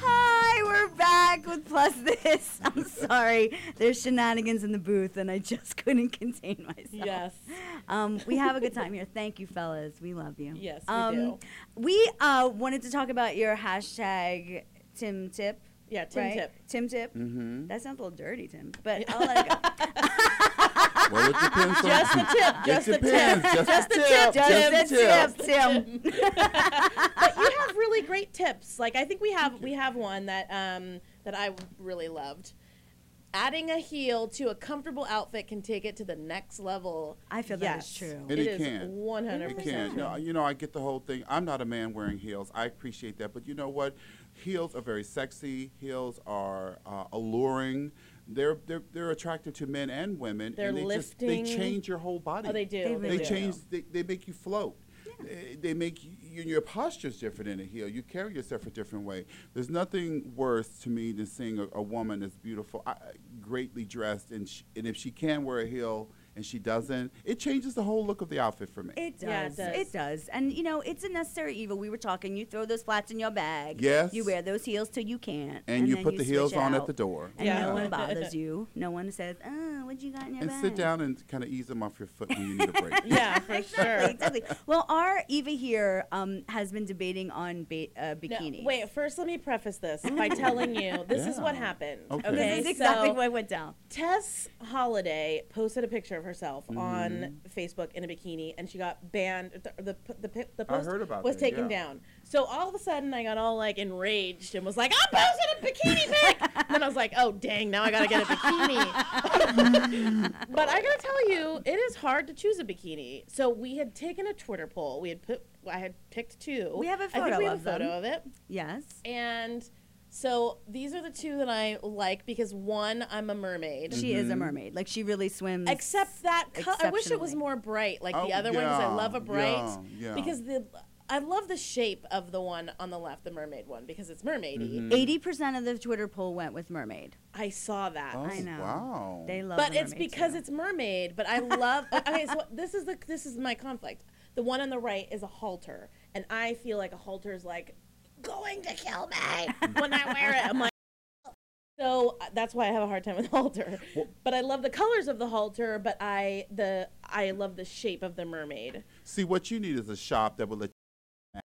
[SPEAKER 2] Hi, we're back with Plus This. (laughs) I'm sorry. There's shenanigans in the booth, and I just (laughs) couldn't contain myself.
[SPEAKER 3] Yes.
[SPEAKER 2] Um, we have a good time here. Thank you, fellas. We love you.
[SPEAKER 3] Yes, we
[SPEAKER 2] um,
[SPEAKER 3] do.
[SPEAKER 2] We uh, wanted to talk about your hashtag Tim Tip.
[SPEAKER 3] Yeah,
[SPEAKER 2] (laughs)
[SPEAKER 3] Tim Tip.
[SPEAKER 2] Tim Tip.
[SPEAKER 9] Mm-hmm.
[SPEAKER 2] That sounds a little dirty, Tim. But I'll let it go.
[SPEAKER 9] Well, it depends on
[SPEAKER 2] Just the tip,
[SPEAKER 9] It
[SPEAKER 2] just the tip,
[SPEAKER 9] depends,
[SPEAKER 2] just the tip, just the tip, Tim.
[SPEAKER 3] but you have really great tips. Like I think we have we have one that um that I really loved. Adding a heel to a comfortable outfit can take it to the next level.
[SPEAKER 2] I feel
[SPEAKER 3] yes.
[SPEAKER 2] that is true.
[SPEAKER 9] And it, can.
[SPEAKER 3] One hundred
[SPEAKER 9] It can.
[SPEAKER 3] percent.
[SPEAKER 9] No, you know, I get the whole thing. I'm not a man wearing heels. I appreciate that. But you know what? Heels are very sexy. Heels are uh, alluring. They're, they're they're attractive to men and women.
[SPEAKER 3] They're
[SPEAKER 9] and they
[SPEAKER 3] lifting.
[SPEAKER 9] Just, they change your whole body.
[SPEAKER 3] Oh, they do. They
[SPEAKER 9] They,
[SPEAKER 3] really do.
[SPEAKER 9] change. They, they make you float. They- They make you, you- your posture's different in a heel. You carry yourself a different way. There's nothing worse to me than seeing a, a woman that's beautiful, I, greatly dressed, and sh and if she can wear a heel and she doesn't, it changes the whole look of the outfit for me.
[SPEAKER 2] It does.
[SPEAKER 9] Yeah, it
[SPEAKER 2] it does. And you know, it's a necessary evil. We were talking. You throw those flats in your bag.
[SPEAKER 9] Yes.
[SPEAKER 2] You wear those heels till you can't.
[SPEAKER 9] And you
[SPEAKER 2] then
[SPEAKER 9] put the
[SPEAKER 2] switch
[SPEAKER 9] heels on at
[SPEAKER 2] out.
[SPEAKER 9] the door.
[SPEAKER 2] And
[SPEAKER 9] Yeah.
[SPEAKER 2] no
[SPEAKER 9] (laughs)
[SPEAKER 2] one bothers you. No one says, "Oh, what you got in your
[SPEAKER 9] And
[SPEAKER 2] bag?"
[SPEAKER 9] sit down and kind of ease them off your foot when you
[SPEAKER 2] (laughs)
[SPEAKER 9] need a break.
[SPEAKER 3] (laughs) yeah, for sure.
[SPEAKER 2] Exactly. Well, our Eva here um, has been debating on ba- uh, bikinis.
[SPEAKER 3] No, wait, first let me preface this by telling you this is what
[SPEAKER 2] Yeah.
[SPEAKER 3] happened.
[SPEAKER 2] Okay.
[SPEAKER 3] Okay,
[SPEAKER 2] This is exactly
[SPEAKER 3] so
[SPEAKER 2] what went down.
[SPEAKER 3] Tess Holiday posted a picture of herself
[SPEAKER 9] Mm-hmm.
[SPEAKER 3] on Facebook in a bikini, and she got banned. The the the, the, the
[SPEAKER 9] I
[SPEAKER 3] post
[SPEAKER 9] heard about
[SPEAKER 3] was
[SPEAKER 9] that,
[SPEAKER 3] taken
[SPEAKER 9] yeah.
[SPEAKER 3] down. So all of a sudden, I got all like enraged and was like, "I posted a bikini
[SPEAKER 9] (laughs)
[SPEAKER 3] pic." And then I was like, "Oh dang, now I gotta get a bikini."
[SPEAKER 9] (laughs)
[SPEAKER 3] but I gotta tell you, it is hard to choose a bikini. So we had taken a Twitter poll. We had put. I had picked two.
[SPEAKER 2] We have a
[SPEAKER 3] I think we
[SPEAKER 2] photo
[SPEAKER 3] have
[SPEAKER 2] of
[SPEAKER 3] a photo
[SPEAKER 2] them.
[SPEAKER 3] of it.
[SPEAKER 2] Yes.
[SPEAKER 3] And so these are the two that I like because one, I'm a mermaid.
[SPEAKER 9] Mm-hmm.
[SPEAKER 2] She is a mermaid. Like she really swims.
[SPEAKER 3] Except that co- I wish it was more bright, like the
[SPEAKER 2] Oh,
[SPEAKER 3] other one, because I
[SPEAKER 2] yeah,
[SPEAKER 3] love a bright.
[SPEAKER 2] yeah, yeah.
[SPEAKER 3] Because the I love the shape of the one on the left, the mermaid one, because it's mermaidy.
[SPEAKER 9] Mm-hmm.
[SPEAKER 2] Eighty percent of the Twitter poll went with mermaid.
[SPEAKER 3] I saw that.
[SPEAKER 2] I know.
[SPEAKER 9] Wow.
[SPEAKER 2] They love.
[SPEAKER 3] but
[SPEAKER 2] the
[SPEAKER 3] it's
[SPEAKER 2] mermaid,
[SPEAKER 3] because it's mermaid. But I love. okay, so (laughs) this is the this is my conflict. The one on the right is a halter, and I feel like a halter is like going to
[SPEAKER 2] (laughs)
[SPEAKER 3] kill me when I wear it. I'm like. (laughs) So uh, that's why I have a hard time with (laughs) halter, but I love the colors of the halter. But I the I love the shape of the mermaid.
[SPEAKER 9] See, what you need is a shop that will let you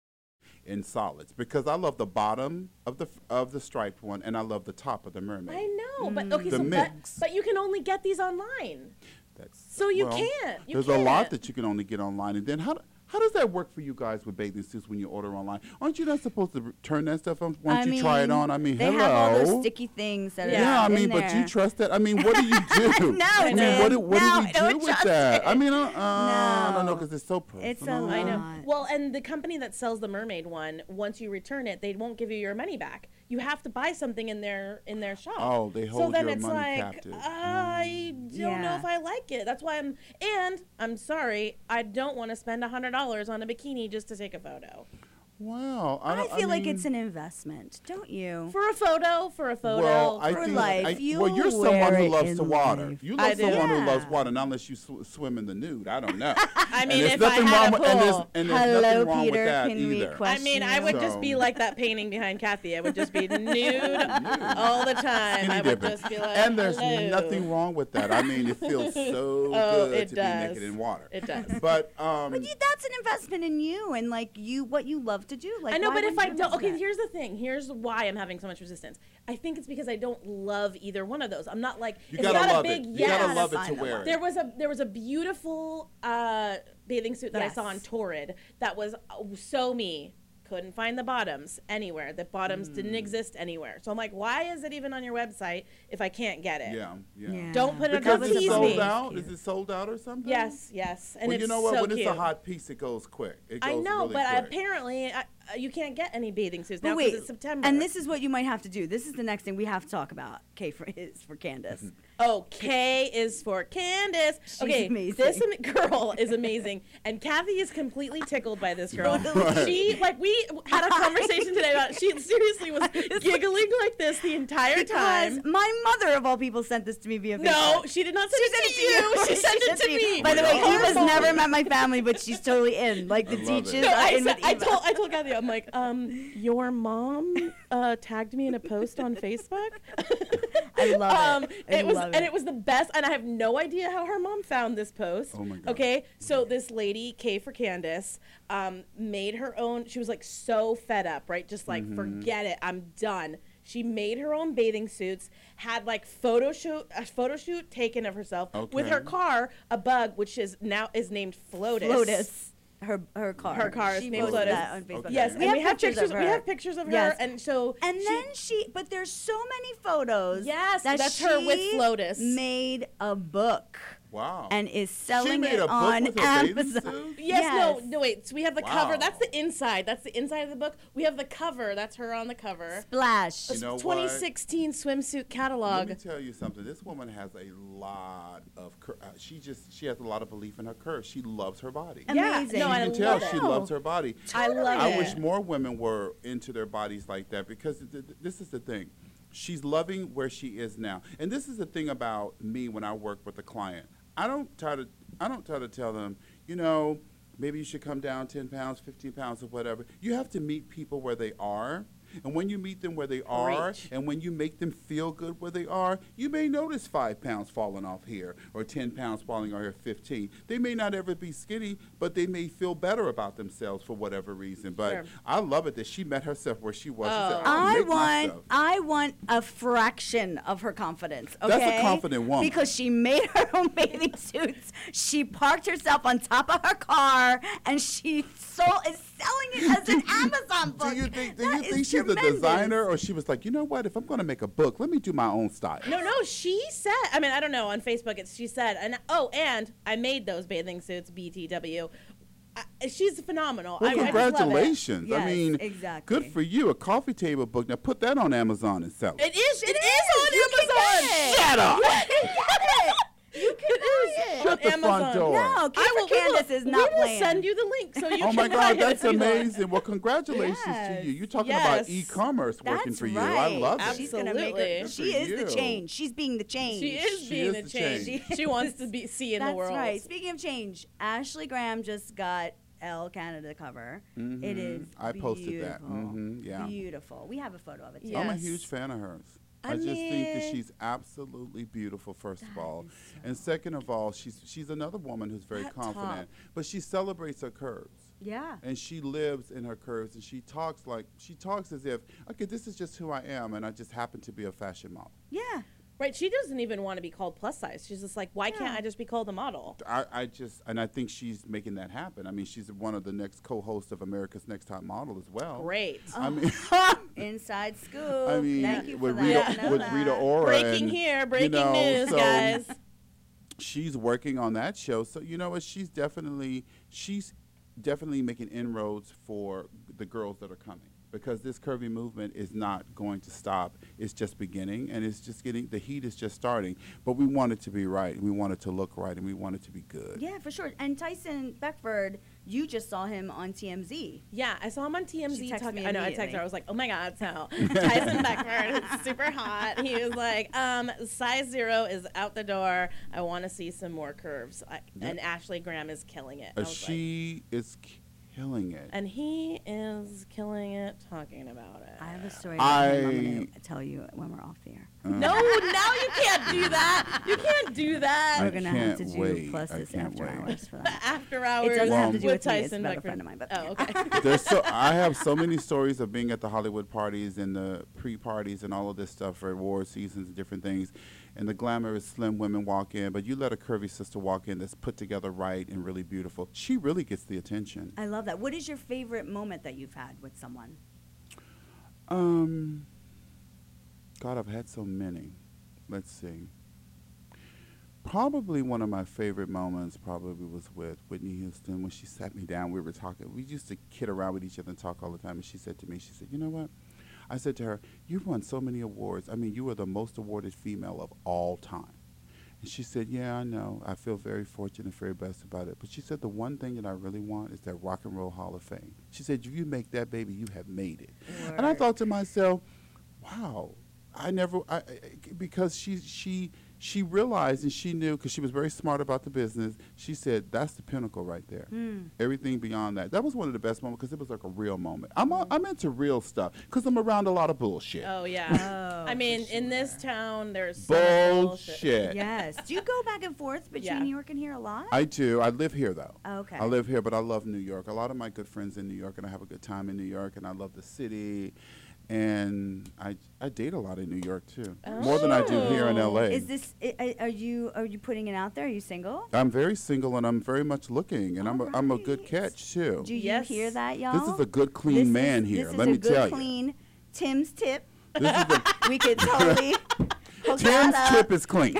[SPEAKER 9] in solids because I love the bottom of the of the striped one and I love the top of the mermaid.
[SPEAKER 3] I know, but okay,
[SPEAKER 9] The
[SPEAKER 3] so but,
[SPEAKER 9] mix.
[SPEAKER 3] but you can only get these online.
[SPEAKER 9] That's
[SPEAKER 3] so you
[SPEAKER 9] Well,
[SPEAKER 3] can't. You
[SPEAKER 9] there's
[SPEAKER 3] can't.
[SPEAKER 9] a lot that you can only get online, and then how? do- How does that work for you guys with bathing suits when you order online? Aren't you not supposed to re- turn that stuff on once
[SPEAKER 2] I
[SPEAKER 9] you try it on? I mean,
[SPEAKER 2] they
[SPEAKER 9] hello.
[SPEAKER 2] have all those sticky things that are.
[SPEAKER 9] yeah, I
[SPEAKER 2] in
[SPEAKER 9] mean,
[SPEAKER 2] there.
[SPEAKER 9] but you trust that? I mean, what do you
[SPEAKER 2] (laughs)
[SPEAKER 9] do?
[SPEAKER 2] No,
[SPEAKER 9] I mean,
[SPEAKER 2] man.
[SPEAKER 9] what do, what
[SPEAKER 2] No,
[SPEAKER 9] do we
[SPEAKER 2] I
[SPEAKER 9] do
[SPEAKER 2] don't
[SPEAKER 9] with
[SPEAKER 2] trust
[SPEAKER 9] that? I mean, uh, uh, I don't know because it's so personal.
[SPEAKER 2] It's a
[SPEAKER 3] I know.
[SPEAKER 2] lot.
[SPEAKER 3] Well, and the company that sells the mermaid one, once you return it, they won't give you your money back. You have to buy something in their in their shop.
[SPEAKER 9] Oh, they
[SPEAKER 3] so
[SPEAKER 9] hold
[SPEAKER 3] then
[SPEAKER 9] your
[SPEAKER 3] it's
[SPEAKER 9] money
[SPEAKER 3] like,
[SPEAKER 9] captive.
[SPEAKER 3] I don't know
[SPEAKER 2] Yeah.
[SPEAKER 3] if I like it. That's why I'm and I'm sorry, I don't want to spend a hundred dollars on a bikini just to take a photo.
[SPEAKER 9] Wow,
[SPEAKER 2] I,
[SPEAKER 9] don't-
[SPEAKER 2] feel like it's
[SPEAKER 9] mean-
[SPEAKER 2] an investment, don't you?
[SPEAKER 3] For a photo, for a photo.
[SPEAKER 9] Well, I
[SPEAKER 2] for
[SPEAKER 9] think
[SPEAKER 2] life.
[SPEAKER 9] I,
[SPEAKER 2] you
[SPEAKER 9] well, you're someone
[SPEAKER 2] wear
[SPEAKER 9] who
[SPEAKER 2] it
[SPEAKER 9] loves
[SPEAKER 2] in
[SPEAKER 9] to water.
[SPEAKER 2] life.
[SPEAKER 9] You
[SPEAKER 2] I
[SPEAKER 9] love
[SPEAKER 2] do.
[SPEAKER 9] someone who loves water, not unless you sw- swim in the nude. I don't know. I
[SPEAKER 3] mean, if I
[SPEAKER 9] nothing
[SPEAKER 3] had
[SPEAKER 9] wrong
[SPEAKER 3] a
[SPEAKER 9] with, and there's,
[SPEAKER 3] pool.
[SPEAKER 9] and there's
[SPEAKER 2] Hello,
[SPEAKER 9] nothing wrong
[SPEAKER 2] Peter,
[SPEAKER 9] with that
[SPEAKER 2] can we
[SPEAKER 9] either.
[SPEAKER 3] I mean, I would just be
[SPEAKER 9] So-
[SPEAKER 3] like that painting behind Kathy. I would just
[SPEAKER 9] (laughs)
[SPEAKER 3] be nude all the time. I would
[SPEAKER 9] dipping.
[SPEAKER 3] just be like,
[SPEAKER 9] and there's
[SPEAKER 3] "Hello."
[SPEAKER 9] nothing wrong with that. I mean,
[SPEAKER 2] (laughs)
[SPEAKER 9] it feels so
[SPEAKER 3] Oh,
[SPEAKER 9] good
[SPEAKER 3] it
[SPEAKER 9] to
[SPEAKER 3] does.
[SPEAKER 9] be naked in water.
[SPEAKER 3] It does.
[SPEAKER 9] But um,
[SPEAKER 2] But you, that's an investment in you and like you, what you love to do. Like
[SPEAKER 3] I know,
[SPEAKER 2] why
[SPEAKER 3] but if
[SPEAKER 2] wouldn't
[SPEAKER 3] I
[SPEAKER 2] you
[SPEAKER 3] don't,
[SPEAKER 2] do
[SPEAKER 3] okay,
[SPEAKER 2] that?
[SPEAKER 3] here's the thing. Here's why I'm having so much resistance. I think it's because I don't love either one of those. I'm not like
[SPEAKER 9] You
[SPEAKER 3] it's
[SPEAKER 9] gotta
[SPEAKER 3] not
[SPEAKER 9] love
[SPEAKER 3] a big
[SPEAKER 9] it. You
[SPEAKER 3] yes.
[SPEAKER 9] gotta love it to Find the wear one. it.
[SPEAKER 3] There was a there was a beautiful uh, bathing suit that I saw on
[SPEAKER 2] Yes.
[SPEAKER 3] Torrid that was uh, so me. Couldn't find the bottoms anywhere. The bottoms
[SPEAKER 9] Hmm.
[SPEAKER 3] didn't exist anywhere. So I'm like, why is it even on your website if I can't get it?
[SPEAKER 9] Yeah, yeah.
[SPEAKER 3] Don't put it
[SPEAKER 9] because
[SPEAKER 3] on the
[SPEAKER 9] it's
[SPEAKER 3] tease
[SPEAKER 9] sold
[SPEAKER 3] me.
[SPEAKER 9] out. Is it sold out or something?
[SPEAKER 3] Yes, yes. And
[SPEAKER 9] well,
[SPEAKER 3] it's
[SPEAKER 9] you know what?
[SPEAKER 3] so
[SPEAKER 9] when
[SPEAKER 3] cute.
[SPEAKER 9] it's a hot piece, it goes quick. It goes
[SPEAKER 3] I know,
[SPEAKER 9] really
[SPEAKER 3] but I-
[SPEAKER 9] quick.
[SPEAKER 3] apparently I, I- you can't get any bathing suits
[SPEAKER 2] But
[SPEAKER 3] now
[SPEAKER 2] wait,
[SPEAKER 3] because it's September.
[SPEAKER 2] And this is what you might have to do. This is the next thing we have to talk about. K for is for
[SPEAKER 9] (laughs)
[SPEAKER 2] Candace.
[SPEAKER 3] Oh, K is for Candace.
[SPEAKER 2] She's
[SPEAKER 3] okay,
[SPEAKER 2] amazing.
[SPEAKER 3] this am- girl is amazing, and Kathy is completely tickled by this girl.
[SPEAKER 2] Totally.
[SPEAKER 3] She like we had a conversation today about. She seriously (laughs) was giggling like this the entire
[SPEAKER 2] Because
[SPEAKER 3] time.
[SPEAKER 2] my mother of all people sent this to me via
[SPEAKER 3] No,
[SPEAKER 2] Facebook.
[SPEAKER 3] she did not send it to you. She sent it to me.
[SPEAKER 2] By the way, Eva's
[SPEAKER 3] Horrible.
[SPEAKER 2] never met my family, but she's totally in. Like the teachers
[SPEAKER 3] No,
[SPEAKER 2] are
[SPEAKER 3] I,
[SPEAKER 2] in
[SPEAKER 3] said-
[SPEAKER 2] with
[SPEAKER 3] I
[SPEAKER 2] Eva.
[SPEAKER 3] told I told Kathy,
[SPEAKER 2] (laughs)
[SPEAKER 3] I'm like, um, your mom uh, tagged me in a post on Facebook.
[SPEAKER 2] (laughs) I love
[SPEAKER 3] um,
[SPEAKER 2] it. I
[SPEAKER 3] it was
[SPEAKER 2] love
[SPEAKER 3] and it was the best, and I have no idea how her mom found this post.
[SPEAKER 2] Oh my
[SPEAKER 9] God.
[SPEAKER 3] Okay, so this lady K for Candace um, made her own. She was like so fed up, right? Just like
[SPEAKER 2] Mm-hmm.
[SPEAKER 1] Mhm.
[SPEAKER 3] forget it, I'm done. She made her own bathing suits, had like photo shoot a photo shoot taken of herself with her
[SPEAKER 2] Okay.
[SPEAKER 3] car, a bug which is now is named Flotus.
[SPEAKER 2] Lotus. Her her car.
[SPEAKER 3] Her car is
[SPEAKER 2] She
[SPEAKER 3] named
[SPEAKER 2] posted
[SPEAKER 3] Lotus.
[SPEAKER 2] that on Facebook.
[SPEAKER 3] Yes, and we have pictures.
[SPEAKER 2] of
[SPEAKER 3] we
[SPEAKER 2] her.
[SPEAKER 3] have pictures of
[SPEAKER 2] Yes.
[SPEAKER 3] her, and so
[SPEAKER 2] And then she, but there's so many photos.
[SPEAKER 3] Yes, that's her with
[SPEAKER 2] she
[SPEAKER 3] Lotus.
[SPEAKER 2] Made a book
[SPEAKER 9] Wow.
[SPEAKER 2] and is selling
[SPEAKER 9] made
[SPEAKER 2] it
[SPEAKER 9] a book
[SPEAKER 2] on
[SPEAKER 9] with her bathing
[SPEAKER 2] Amazon.
[SPEAKER 3] yes, no, no, wait. So we have the cover.
[SPEAKER 9] Wow.
[SPEAKER 3] That's the inside. That's the inside of the book. We have the cover. That's her on the cover.
[SPEAKER 2] Splash.
[SPEAKER 9] You know what?
[SPEAKER 3] 2016 swimsuit
[SPEAKER 9] Let
[SPEAKER 3] catalog.
[SPEAKER 9] me tell you something. This woman has a lot of. Cur- uh, she just she has a lot of belief in her curves. She loves her body.
[SPEAKER 3] Yeah, Amazing. no,
[SPEAKER 9] you
[SPEAKER 3] and I
[SPEAKER 9] can tell
[SPEAKER 3] love
[SPEAKER 9] she
[SPEAKER 3] it.
[SPEAKER 9] loves her body.
[SPEAKER 3] I Totally. love
[SPEAKER 9] I
[SPEAKER 3] it.
[SPEAKER 9] wish more women were into their bodies like that because th- th- this is the thing. She's loving where she is now, and this is the thing about me when I work with a client. I don't try to. I don't try to tell them. You know, maybe you should come down ten pounds, fifteen pounds, or whatever. You have to meet people where they are. And when you meet them where they are,
[SPEAKER 22] Preach.
[SPEAKER 9] and when you make them feel good where they are, you may notice five pounds falling off here or 10 pounds falling off here, 15. They may not ever be skinny, but they may feel better about themselves for whatever reason. But
[SPEAKER 2] Sure.
[SPEAKER 9] I love it that she met herself where she was. She
[SPEAKER 3] Oh.
[SPEAKER 9] said, "I'll
[SPEAKER 2] I
[SPEAKER 9] make
[SPEAKER 2] want
[SPEAKER 9] myself."
[SPEAKER 2] I want a fraction of her confidence.
[SPEAKER 9] That's
[SPEAKER 2] Okay?
[SPEAKER 9] a confident woman.
[SPEAKER 2] Because she made her (laughs) own bathing suits. She parked herself on top of her car and she sold is selling it
[SPEAKER 9] (laughs)
[SPEAKER 2] as an Amazon book. Do you think
[SPEAKER 9] Do you think she's a designer or she was like, you know what? If I'm going to make a book, let me do my own style.
[SPEAKER 3] No, no, she said. I mean, I don't know. On Facebook, it's she said, and oh, and I made those bathing suits. BTW, I, she's phenomenal.
[SPEAKER 9] Well,
[SPEAKER 3] I, I, just
[SPEAKER 9] congratulations.
[SPEAKER 3] love it.
[SPEAKER 9] I mean, good for you. A coffee table book. Now put that on Amazon and sell it.
[SPEAKER 3] It is. It, it is, on Amazon.
[SPEAKER 9] Shut up.
[SPEAKER 3] You can get it. You can buy it.
[SPEAKER 9] Shut the
[SPEAKER 3] on Amazon.
[SPEAKER 9] front door. No,
[SPEAKER 2] Kate for Candace is not
[SPEAKER 3] We will
[SPEAKER 2] playing.
[SPEAKER 3] send you the link so you
[SPEAKER 9] oh
[SPEAKER 3] can
[SPEAKER 9] my
[SPEAKER 3] buy it
[SPEAKER 9] God, that's
[SPEAKER 3] if you want.
[SPEAKER 9] amazing! Well, congratulations to you. You're talking
[SPEAKER 3] Yes.
[SPEAKER 9] about e-commerce working
[SPEAKER 2] That's
[SPEAKER 9] for you.
[SPEAKER 2] right.
[SPEAKER 9] I love it.
[SPEAKER 2] She's gonna make
[SPEAKER 3] Absolutely.
[SPEAKER 2] her,
[SPEAKER 3] Good
[SPEAKER 2] she
[SPEAKER 9] for
[SPEAKER 2] is the
[SPEAKER 9] you.
[SPEAKER 2] change. She's being the change.
[SPEAKER 3] She is
[SPEAKER 9] She
[SPEAKER 3] being
[SPEAKER 9] is
[SPEAKER 3] the
[SPEAKER 9] the
[SPEAKER 3] change.
[SPEAKER 9] change.
[SPEAKER 3] She wants to be see in the
[SPEAKER 2] That's
[SPEAKER 3] world.
[SPEAKER 2] right. Speaking of change, Ashley Graham just got Elle Canada cover. It is.
[SPEAKER 9] Mm-hmm. I posted that.
[SPEAKER 2] beautiful.
[SPEAKER 9] Mhm, yeah. Oh
[SPEAKER 2] Beautiful. We have a photo of it.
[SPEAKER 9] I'm a
[SPEAKER 2] too.
[SPEAKER 9] huge fan of hers.
[SPEAKER 2] I
[SPEAKER 9] I, just think that
[SPEAKER 2] mean-
[SPEAKER 9] she's absolutely beautiful, first of all, and second of all, she's she's another woman who's very
[SPEAKER 2] That
[SPEAKER 9] confident,
[SPEAKER 2] top.
[SPEAKER 9] but she celebrates her curves.
[SPEAKER 2] Yeah.
[SPEAKER 9] and she lives in her curves and she talks like she talks as if okay this is just who i am and i just happen to be a fashion model
[SPEAKER 2] Yeah.
[SPEAKER 3] Right. She doesn't even want to be called plus size. She's just like, why can't I just be called a model?
[SPEAKER 9] I, I just and i think she's making that happen i mean she's one of the next co-hosts of america's next top model as well
[SPEAKER 3] Great.
[SPEAKER 9] i
[SPEAKER 2] Um,
[SPEAKER 9] mean
[SPEAKER 2] Inside scoop.
[SPEAKER 9] I mean,
[SPEAKER 2] Thank you for
[SPEAKER 9] with
[SPEAKER 2] that.
[SPEAKER 9] Rita,
[SPEAKER 2] Know
[SPEAKER 9] with
[SPEAKER 2] that.
[SPEAKER 9] Rita Ora.
[SPEAKER 3] Breaking
[SPEAKER 9] and,
[SPEAKER 3] here,
[SPEAKER 9] you
[SPEAKER 3] breaking
[SPEAKER 9] know,
[SPEAKER 3] news,
[SPEAKER 9] so
[SPEAKER 3] guys.
[SPEAKER 9] She's working on that show, so you know what? She's definitely she's definitely making inroads for the girls that are coming because this curvy movement is not going to stop. It's just beginning, and it's just getting the heat is just starting. But we want it to be right, and we want it to look right, and we want it to be good.
[SPEAKER 2] Yeah, for sure. And Tyson Beckford, you just saw him on TMZ.
[SPEAKER 3] Yeah, I saw him on TMZ
[SPEAKER 2] She texted
[SPEAKER 3] talking.
[SPEAKER 2] me
[SPEAKER 3] I know. I
[SPEAKER 2] immediately.
[SPEAKER 3] texted her. I was like, "Oh my God,
[SPEAKER 9] (laughs)
[SPEAKER 3] so Tyson Beckford, is super hot." He was like, um, "Size zero is out the door. I want to see some more curves." I,
[SPEAKER 9] Yeah.
[SPEAKER 3] And Ashley Graham is killing it. I
[SPEAKER 9] Uh,
[SPEAKER 3] was like-
[SPEAKER 9] she is killing it.
[SPEAKER 3] and he is killing it talking about it. I
[SPEAKER 2] have a story.
[SPEAKER 9] about him. I'm gonna I-
[SPEAKER 2] tell you when we're off the air.
[SPEAKER 3] No, now you can't do that. You can't do that.
[SPEAKER 2] We're gonna have to
[SPEAKER 9] can't
[SPEAKER 2] do
[SPEAKER 9] wait.
[SPEAKER 2] plus
[SPEAKER 9] I
[SPEAKER 2] this
[SPEAKER 9] can't
[SPEAKER 2] after
[SPEAKER 9] wait.
[SPEAKER 2] hours for that.
[SPEAKER 3] After hours.
[SPEAKER 2] It doesn't have to do
[SPEAKER 3] with
[SPEAKER 2] with me. It's
[SPEAKER 3] Tyson
[SPEAKER 2] about a
[SPEAKER 3] Beckford.
[SPEAKER 2] friend of mine. But
[SPEAKER 3] Oh, okay.
[SPEAKER 2] (laughs)
[SPEAKER 9] There's so I have so many stories of being at the Hollywood parties and the pre-parties and all of this stuff for award seasons and different things, and the glamorous slim women walk in, but you let a curvy sister walk in that's put together right and really beautiful. She really gets the attention.
[SPEAKER 2] I love love that. What is your favorite moment that you've had with someone?
[SPEAKER 9] Um, God, I've had so many. Let's see. Probably one of my favorite moments probably was with Whitney Houston when she sat me down. We were talking. We used to kid around with each other and talk all the time. And she said to me, she said, "You know what?" I said to her, "You've won so many awards. I mean, you are the most awarded female of all time." And she said, "Yeah, I know. I feel very fortunate, very blessed about it." But she said, "The one thing that I really want is that Rock and Roll Hall of Fame." She said, "If you make that, baby, you have made it." And I thought to myself, "Wow, I never I, I- because she she she realized and she knew because she was very smart about the business. She said, "That's the pinnacle right there."
[SPEAKER 5] Mm.
[SPEAKER 9] everything beyond that. That was one of the best moments because it was like a real moment. I'm a, I'm into real stuff because I'm around a lot of bullshit.
[SPEAKER 3] Oh yeah. I mean, in this town, there's so much
[SPEAKER 9] Bullshit.
[SPEAKER 2] Yes. Do you go back and
[SPEAKER 9] (laughs)
[SPEAKER 2] forth between New York and here a lot?
[SPEAKER 9] I do. I live here though.
[SPEAKER 2] Oh, okay.
[SPEAKER 9] I live here, but I love New York. A lot of my good friends in New York, and I have a good time in New York, and I love the city. And I I date a lot in New York too, more than I do here in L.A.
[SPEAKER 2] Is this? i- i- Are you? Are you putting it out there? Are you single?
[SPEAKER 9] I'm very single, and I'm very much looking, and I'm a, I'm a good catch too.
[SPEAKER 2] Do you hear that, y'all?
[SPEAKER 9] This is a good, clean
[SPEAKER 2] This is-
[SPEAKER 9] man here.
[SPEAKER 2] This is
[SPEAKER 9] let
[SPEAKER 2] a
[SPEAKER 9] me
[SPEAKER 2] good,
[SPEAKER 9] tell you.
[SPEAKER 2] clean Tim's tip.
[SPEAKER 9] This is
[SPEAKER 2] (laughs) we could
[SPEAKER 9] (laughs)
[SPEAKER 2] totally. hook
[SPEAKER 9] Tim's
[SPEAKER 2] that up.
[SPEAKER 9] tip is clean.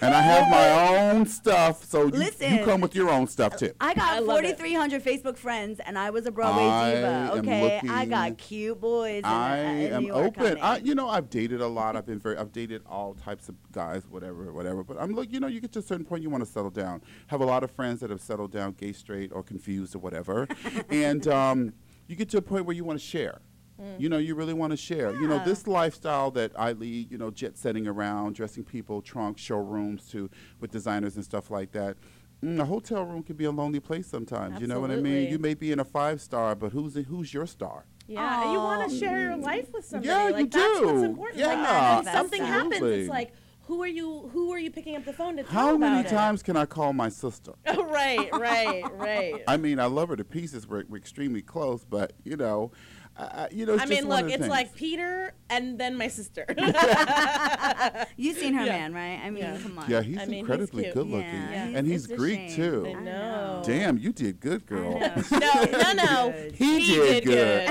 [SPEAKER 9] and I
[SPEAKER 2] (laughs)
[SPEAKER 9] have my own stuff, so you, you
[SPEAKER 2] Listen.
[SPEAKER 9] come with your own stuff too.
[SPEAKER 2] I got
[SPEAKER 3] love it.
[SPEAKER 2] 4,300 Facebook friends, and I was a Broadway
[SPEAKER 9] I
[SPEAKER 2] diva.
[SPEAKER 9] am
[SPEAKER 2] Okay, I
[SPEAKER 9] looking-
[SPEAKER 2] got cute boys. in-
[SPEAKER 9] I
[SPEAKER 2] uh, in
[SPEAKER 9] am
[SPEAKER 2] New York
[SPEAKER 9] open.
[SPEAKER 2] coming.
[SPEAKER 9] I, you know, I've dated a lot.
[SPEAKER 2] (laughs)
[SPEAKER 9] I've been very. I've dated all types of guys, whatever, whatever. But I'm look. You know, you get to a certain point, you want to settle down. Have a lot of friends that have settled down, gay, straight, or confused,
[SPEAKER 2] (laughs)
[SPEAKER 9] or whatever. and um, you get to a point where you want to share.
[SPEAKER 5] Mm.
[SPEAKER 9] You know, you really want to share. You know,
[SPEAKER 5] Yeah.
[SPEAKER 9] this lifestyle that I lead. You know, jet setting around, dressing people, trunk showrooms to with designers and stuff like that. Mm, a hotel room can be a lonely place sometimes. You know what I mean?
[SPEAKER 3] Absolutely.
[SPEAKER 9] You may be in a five star, but who's who's your star?
[SPEAKER 3] Yeah, and you want to share your life with somebody.
[SPEAKER 9] Yeah,
[SPEAKER 3] like,
[SPEAKER 9] you
[SPEAKER 3] that's What's
[SPEAKER 9] do.
[SPEAKER 3] important.
[SPEAKER 9] Yeah,
[SPEAKER 3] like, that. If something happens,
[SPEAKER 9] absolutely.
[SPEAKER 3] it's like, who are you? Who are you picking up the phone to tell
[SPEAKER 9] How
[SPEAKER 3] about
[SPEAKER 9] many
[SPEAKER 3] it?
[SPEAKER 9] times can I call my sister?
[SPEAKER 3] (laughs) right, right, right.
[SPEAKER 9] I mean, I love her to pieces. We're, we're extremely close, but you know, I, I- you know. It's
[SPEAKER 3] I mean,
[SPEAKER 9] just one
[SPEAKER 3] look,
[SPEAKER 9] of
[SPEAKER 3] it's
[SPEAKER 9] the things.
[SPEAKER 3] like Peter and then my sister. (laughs)
[SPEAKER 2] You've seen her man, right? I mean, come on.
[SPEAKER 9] Yeah, he's
[SPEAKER 2] I mean, he's
[SPEAKER 9] incredibly
[SPEAKER 2] cute.
[SPEAKER 9] good looking,
[SPEAKER 2] Yeah, he's-
[SPEAKER 9] and he's
[SPEAKER 2] it's a
[SPEAKER 9] Greek
[SPEAKER 2] shame.
[SPEAKER 9] too.
[SPEAKER 2] I know.
[SPEAKER 9] Damn, you did good, girl.
[SPEAKER 3] no, no,
[SPEAKER 2] (laughs)
[SPEAKER 3] no.
[SPEAKER 9] (laughs) He, did, good.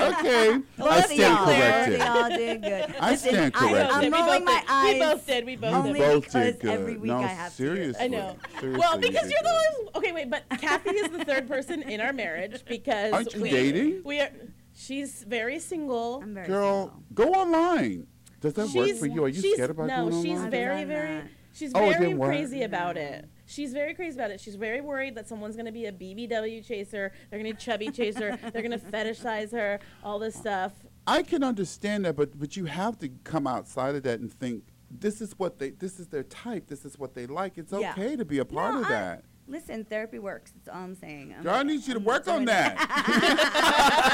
[SPEAKER 3] (laughs)
[SPEAKER 9] Okay, I
[SPEAKER 2] Both of
[SPEAKER 9] stand
[SPEAKER 2] y'all.
[SPEAKER 9] corrected.
[SPEAKER 2] They all did good.
[SPEAKER 9] I
[SPEAKER 2] Listen,
[SPEAKER 9] stand
[SPEAKER 2] I-
[SPEAKER 9] corrected.
[SPEAKER 2] I'm
[SPEAKER 9] We
[SPEAKER 2] rolling my
[SPEAKER 3] both
[SPEAKER 2] eyes.
[SPEAKER 3] did. We both did. We both
[SPEAKER 9] you
[SPEAKER 3] did.
[SPEAKER 9] both
[SPEAKER 2] because
[SPEAKER 9] did good.
[SPEAKER 2] every week
[SPEAKER 9] no,
[SPEAKER 2] I have to do it.
[SPEAKER 9] seriously.
[SPEAKER 3] I know.
[SPEAKER 9] Oh Seriously,
[SPEAKER 3] well,
[SPEAKER 9] you
[SPEAKER 3] because
[SPEAKER 9] did
[SPEAKER 3] you're
[SPEAKER 9] good.
[SPEAKER 3] the one. Okay, wait, but Kathy is the third person in our marriage because
[SPEAKER 9] Aren't you
[SPEAKER 3] we,
[SPEAKER 9] dating?
[SPEAKER 3] We are. She's very single. I'm very
[SPEAKER 9] Girl, go online. Does that work for you? Are you
[SPEAKER 3] she's-
[SPEAKER 9] scared about
[SPEAKER 3] no,
[SPEAKER 9] going online?
[SPEAKER 3] she's very, very, she's
[SPEAKER 9] Oh, it
[SPEAKER 3] very
[SPEAKER 9] didn't work?
[SPEAKER 3] crazy about it. She's very crazy about it. She's very worried that someone's going to be a BBW chaser. They're going to chubby chaser. they're going to (laughs) fetishize her. All this stuff.
[SPEAKER 9] I can understand that, but but you have to come outside of that and think this is what they this is their type. This is what they like. It's
[SPEAKER 2] Yeah.
[SPEAKER 9] okay to be a part
[SPEAKER 2] No,
[SPEAKER 9] of
[SPEAKER 2] I-
[SPEAKER 9] that.
[SPEAKER 2] Listen, therapy works. That's all I'm saying. I'm
[SPEAKER 9] Girl, I need you to work on that.
[SPEAKER 2] (laughs)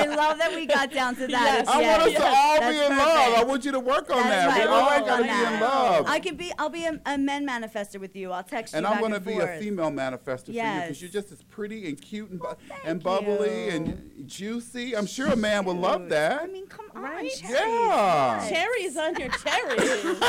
[SPEAKER 2] I love that we got down
[SPEAKER 3] (laughs)
[SPEAKER 2] to that.
[SPEAKER 9] I want us to all be in love. I want you to work on that.
[SPEAKER 2] That's
[SPEAKER 9] we
[SPEAKER 2] right.
[SPEAKER 9] all
[SPEAKER 2] We'll work on
[SPEAKER 9] gotta be
[SPEAKER 2] that.
[SPEAKER 9] in love.
[SPEAKER 2] I can be. I'll be a, a men manifester with you. I'll text
[SPEAKER 9] and
[SPEAKER 2] you.
[SPEAKER 9] I'm
[SPEAKER 2] back
[SPEAKER 9] gonna
[SPEAKER 2] and
[SPEAKER 9] be a
[SPEAKER 2] forth.
[SPEAKER 9] female manifester for you
[SPEAKER 2] Yes. Oh,
[SPEAKER 9] because you're just as pretty and cute and, bu- and bubbly and juicy. I'm sure a man will love that.
[SPEAKER 2] I mean, come on,
[SPEAKER 3] Right?
[SPEAKER 9] Yeah. Yes.
[SPEAKER 3] Cherries on your cherries.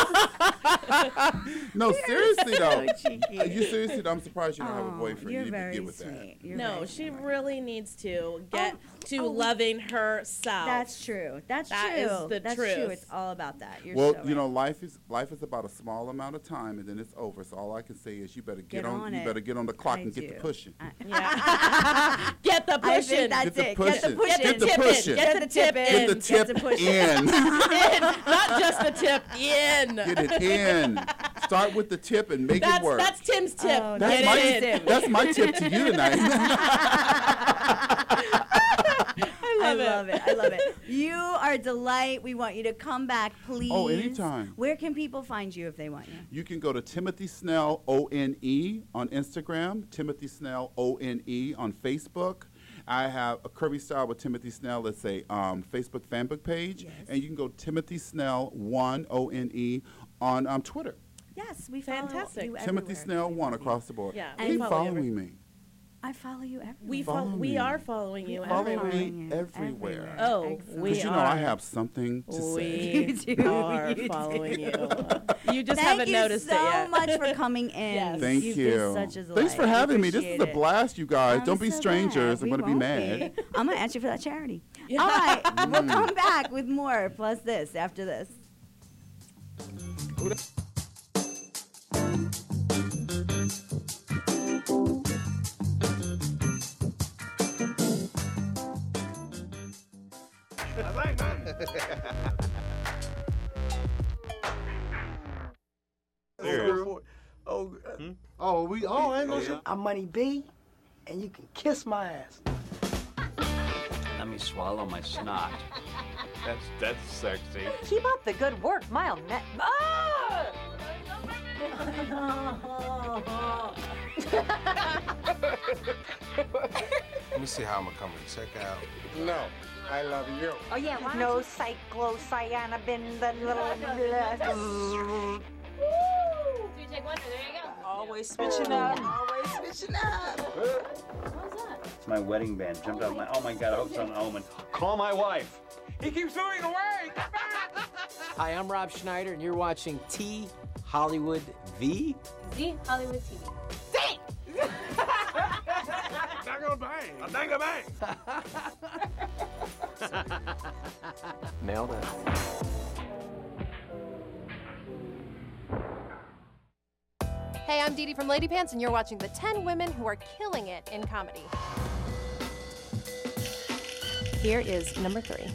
[SPEAKER 9] no, seriously
[SPEAKER 2] (laughs)
[SPEAKER 9] though.
[SPEAKER 2] cheeky.
[SPEAKER 9] Are you seriously though? I'm surprised you don't have a
[SPEAKER 2] Aw,
[SPEAKER 9] boyfriend.
[SPEAKER 2] you're
[SPEAKER 9] you need to
[SPEAKER 2] very
[SPEAKER 9] get with that.
[SPEAKER 3] no, she really needs to get to loving herself.
[SPEAKER 2] Oh,
[SPEAKER 3] (laughs)
[SPEAKER 2] That's true. That's
[SPEAKER 3] That
[SPEAKER 2] true.
[SPEAKER 3] is the
[SPEAKER 2] That's
[SPEAKER 3] truth.
[SPEAKER 2] true. It's all about that. You're
[SPEAKER 9] well,
[SPEAKER 2] so
[SPEAKER 9] you know, life is life is about a small amount of time, and then it's over. So all I can say is, you better get,
[SPEAKER 2] Get
[SPEAKER 9] on,
[SPEAKER 2] on
[SPEAKER 9] you
[SPEAKER 2] it.
[SPEAKER 9] better get on the clock
[SPEAKER 2] I
[SPEAKER 9] and get
[SPEAKER 2] do.
[SPEAKER 9] to pushing.
[SPEAKER 2] (laughs)
[SPEAKER 3] Get the
[SPEAKER 2] I
[SPEAKER 3] push
[SPEAKER 2] think
[SPEAKER 3] in.
[SPEAKER 2] that's it.
[SPEAKER 9] push
[SPEAKER 2] Get the
[SPEAKER 9] in.
[SPEAKER 2] push
[SPEAKER 9] Get
[SPEAKER 2] in.
[SPEAKER 9] the
[SPEAKER 2] Tip
[SPEAKER 9] push
[SPEAKER 2] in.
[SPEAKER 9] in.
[SPEAKER 2] Get the tip in.
[SPEAKER 9] Get the tip
[SPEAKER 2] push
[SPEAKER 9] in.
[SPEAKER 3] in. Not just the tip in.
[SPEAKER 9] Get it in. Start with the tip and make
[SPEAKER 3] That's,
[SPEAKER 9] it work.
[SPEAKER 3] that's Tim's tip.
[SPEAKER 2] Oh,
[SPEAKER 9] That's
[SPEAKER 3] Get
[SPEAKER 9] my
[SPEAKER 3] it in.
[SPEAKER 9] that's my tip to you tonight.
[SPEAKER 2] I love it. I love it. You are a delight. We want you to come back, please.
[SPEAKER 9] Oh, anytime.
[SPEAKER 2] Where can people find you if they want you?
[SPEAKER 9] You can go to Timothy Snell O N E on Instagram, Timothy Snell O N E on Facebook. I have a Curvy Style with Timothy Snell. It's a um, Facebook fanbook page, and you can go Timothy Snell one O N E on um, Twitter.
[SPEAKER 2] Yes, we fantastic.
[SPEAKER 9] Timothy Snell one across the board.
[SPEAKER 2] Yeah, we
[SPEAKER 9] keep
[SPEAKER 2] follow you
[SPEAKER 9] following me.
[SPEAKER 2] I follow you everywhere.
[SPEAKER 3] We follow,
[SPEAKER 9] Follow
[SPEAKER 3] we
[SPEAKER 9] me.
[SPEAKER 3] are following you.
[SPEAKER 9] Follow me
[SPEAKER 3] everywhere.
[SPEAKER 9] everywhere.
[SPEAKER 3] Oh, we
[SPEAKER 9] Because you know I
[SPEAKER 3] are.
[SPEAKER 9] have something (laughs) to say.
[SPEAKER 3] We are
[SPEAKER 2] do.
[SPEAKER 3] following you. You just
[SPEAKER 2] Thank
[SPEAKER 3] haven't
[SPEAKER 2] you
[SPEAKER 3] noticed
[SPEAKER 2] so
[SPEAKER 3] it yet.
[SPEAKER 2] much
[SPEAKER 3] (laughs)
[SPEAKER 2] for coming in.
[SPEAKER 3] Yes.
[SPEAKER 9] Thank
[SPEAKER 2] You've been
[SPEAKER 9] you.
[SPEAKER 2] such a
[SPEAKER 9] Thanks for
[SPEAKER 2] delight.
[SPEAKER 9] having me. This is a
[SPEAKER 2] Appreciate it.
[SPEAKER 9] blast, you guys.
[SPEAKER 2] I'm
[SPEAKER 9] Don't be
[SPEAKER 2] so
[SPEAKER 9] strangers.
[SPEAKER 2] glad.
[SPEAKER 9] I'm
[SPEAKER 2] We
[SPEAKER 9] going to be
[SPEAKER 2] won't
[SPEAKER 9] mad.
[SPEAKER 2] be. I'm gonna ask you for that
[SPEAKER 3] (laughs)
[SPEAKER 2] charity. All right, we'll
[SPEAKER 9] Mm.
[SPEAKER 2] come back with more plus this after this.
[SPEAKER 1] Oh, oh, uh, oh, we. Oh, I ain't gonna. say- I'm Money B, and you can kiss my ass.
[SPEAKER 22] Let me swallow my snot. That's that's sexy.
[SPEAKER 23] Keep up the good work, mild net. Ah!
[SPEAKER 8] Let me see how I'm gonna come and check out.
[SPEAKER 15] No, I love you.
[SPEAKER 23] oh yeah, why no cyclocyanabin, the little.
[SPEAKER 18] Three, take one, there you go. Always switching up. Always switching up.
[SPEAKER 22] It's my wedding band. Jumped out my. Oh my god! I hope it's not an omen. Call my wife.
[SPEAKER 21] He keeps moving away.
[SPEAKER 24] Hi, I'm Rob Schneider, and you're watching T Hollywood V.
[SPEAKER 18] Z Hollywood TV.
[SPEAKER 21] Dango bang. A dango bang.
[SPEAKER 24] Nailed it.
[SPEAKER 19] Hey, I'm Dee Dee from Lady Pants, and you're watching the 10 women who are killing it in comedy. Here is number three.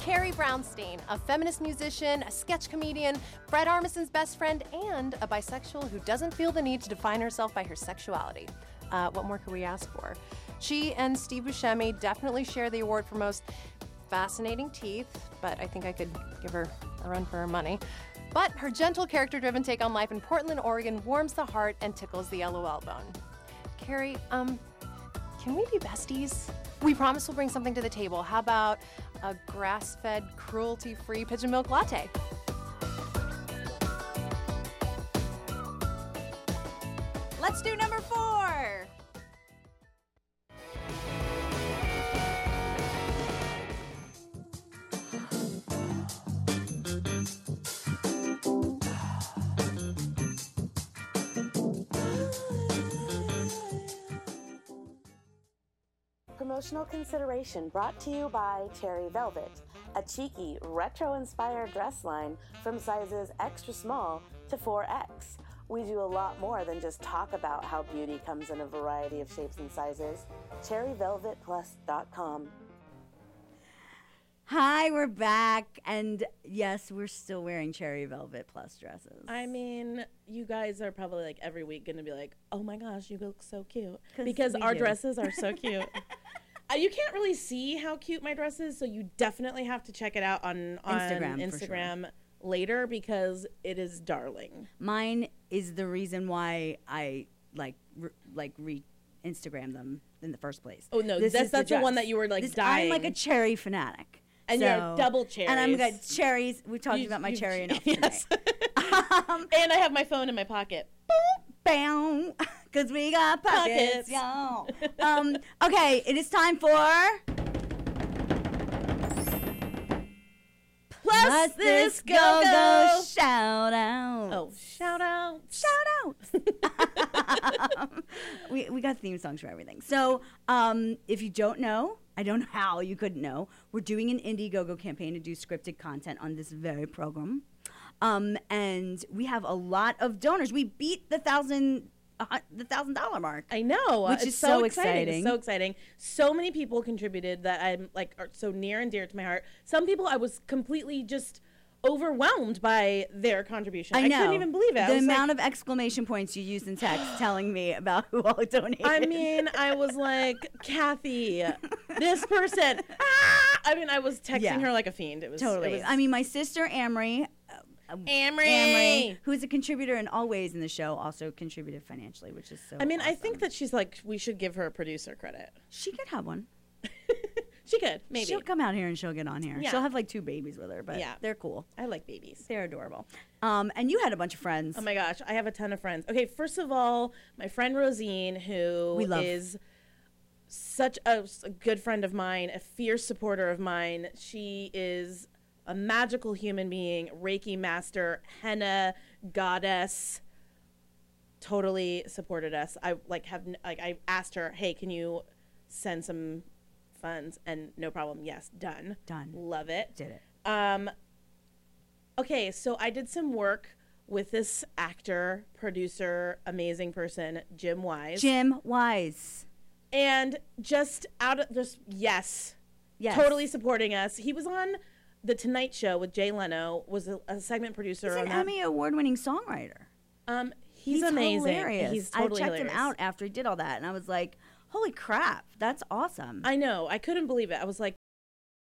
[SPEAKER 19] Carrie Brownstein, a feminist musician, a sketch comedian, Brett Armisen's best friend, and a bisexual who doesn't feel the need to define herself by her sexuality. Uh, what more could we ask for? She and Steve Buscemi definitely share the award for most fascinating teeth, but I think I could give her a run for her money. But her gentle, character driven take on life in Portland, Oregon warms the heart and tickles the LOL bone. Carrie, um, can we be besties? We promise we'll bring something to the table. How about a grass fed, cruelty free pigeon milk latte?
[SPEAKER 23] Let's do number four.
[SPEAKER 11] Promotional consideration brought to you by Cherry Velvet, a cheeky, retro inspired dress line from sizes extra small to 4X. We do a lot more than just talk about how beauty comes in a variety of shapes and sizes. CherryVelvetPlus.com.
[SPEAKER 2] Hi, we're back, and yes, we're still wearing cherry velvet plus dresses.
[SPEAKER 3] I mean, you guys are probably like every week going to be like, "Oh my gosh, you look so cute," because
[SPEAKER 2] we
[SPEAKER 3] our
[SPEAKER 2] do.
[SPEAKER 3] dresses are
[SPEAKER 2] (laughs)
[SPEAKER 3] so cute. Uh, you can't really see how cute my dress is, so you definitely have to check it out on on
[SPEAKER 2] Instagram, for sure.
[SPEAKER 3] Instagram later because it is darling.
[SPEAKER 2] Mine is the reason why I like re- like re Instagram them in the first place.
[SPEAKER 3] Oh, no,
[SPEAKER 2] This
[SPEAKER 3] that's-
[SPEAKER 2] is
[SPEAKER 3] that's the one
[SPEAKER 2] dress.
[SPEAKER 3] that you were, like,
[SPEAKER 2] This- I'm like a
[SPEAKER 3] dying.
[SPEAKER 2] cherry fanatic.
[SPEAKER 3] And you're
[SPEAKER 2] So-
[SPEAKER 3] double
[SPEAKER 2] And I'm
[SPEAKER 3] cherries.
[SPEAKER 2] got cherries. We talked
[SPEAKER 3] You-
[SPEAKER 2] about my
[SPEAKER 3] you-
[SPEAKER 2] cherry
[SPEAKER 3] (laughs)
[SPEAKER 2] enough.
[SPEAKER 3] and I have my phone in my pocket.
[SPEAKER 2] (laughs) Boom, because we got pockets,
[SPEAKER 3] Pockets. (laughs)
[SPEAKER 2] y'all. um, okay, it is time for.
[SPEAKER 3] Plus,
[SPEAKER 2] Plus
[SPEAKER 3] this
[SPEAKER 2] this
[SPEAKER 3] go
[SPEAKER 2] go
[SPEAKER 3] go
[SPEAKER 2] go shout out.
[SPEAKER 3] Oh, shout out!
[SPEAKER 2] Shout out! we, we got theme songs for everything. So um, if you don't know, I don't know how you couldn't know. We're doing an Indiegogo campaign to do scripted content on this very program, um, and we have a lot of donors. We beat the thousand a hun- the thousand dollar mark.
[SPEAKER 3] I know, Uh,
[SPEAKER 2] which
[SPEAKER 3] it's
[SPEAKER 2] is so,
[SPEAKER 3] It's
[SPEAKER 2] exciting.
[SPEAKER 3] So exciting. So many people contributed that I'm like are so near and dear to my heart. Some people I was completely just overwhelmed by their contribution.
[SPEAKER 2] I know.
[SPEAKER 3] couldn't even believe it. I
[SPEAKER 2] The
[SPEAKER 3] was like-
[SPEAKER 2] amount of exclamation points you used in
[SPEAKER 3] (gasps)
[SPEAKER 2] text telling me about who all (laughs) donated.
[SPEAKER 3] I mean, I
[SPEAKER 2] (laughs)
[SPEAKER 3] was like, Kathy, this person. Ah! I mean, I was texting
[SPEAKER 2] Yeah.
[SPEAKER 3] her like a fiend. It was
[SPEAKER 2] totally.
[SPEAKER 3] It was,
[SPEAKER 2] I mean, my sister Amory.
[SPEAKER 3] Amory.
[SPEAKER 2] who is a contributor in all ways in the show, also contributed financially, which is so.
[SPEAKER 3] I mean, I think that she's like, we should give her a producer credit.
[SPEAKER 2] She could have one.
[SPEAKER 3] She could, maybe.
[SPEAKER 2] She'll come out here and she'll get on here.
[SPEAKER 3] Yeah.
[SPEAKER 2] She'll have like two babies with her, but
[SPEAKER 3] Yeah.
[SPEAKER 2] they're cool.
[SPEAKER 3] I like babies.
[SPEAKER 2] They're adorable. Um, and you had a bunch of friends.
[SPEAKER 3] Oh my gosh, I have a ton of friends. Okay, first of all, my friend Rosine, who
[SPEAKER 2] We love.
[SPEAKER 3] is such a, s- a good friend of mine, a fierce supporter of mine. She is a magical human being, Reiki master, henna goddess. Totally supported us. I like have n- like I asked her, "Hey, can you send some funds?" And no problem. Yes, done.
[SPEAKER 2] Done.
[SPEAKER 3] Love it.
[SPEAKER 2] Did it.
[SPEAKER 3] Um, okay, so I did some work with this actor, producer, amazing person, Jim Wise.
[SPEAKER 2] Jim Wise.
[SPEAKER 3] And just out of just yes,
[SPEAKER 2] Yes.
[SPEAKER 3] totally supporting us. He was on the Tonight Show with Jay Leno. Was a, a segment producer
[SPEAKER 2] He's
[SPEAKER 3] on
[SPEAKER 2] an
[SPEAKER 3] that.
[SPEAKER 2] Emmy award-winning songwriter.
[SPEAKER 3] Um, he's, amazing.
[SPEAKER 2] hilarious.
[SPEAKER 3] He's totally
[SPEAKER 2] I checked
[SPEAKER 3] hilarious.
[SPEAKER 2] him out after he did all that, and I was like, "Holy crap, that's awesome!"
[SPEAKER 3] I know. I couldn't believe it. I was like,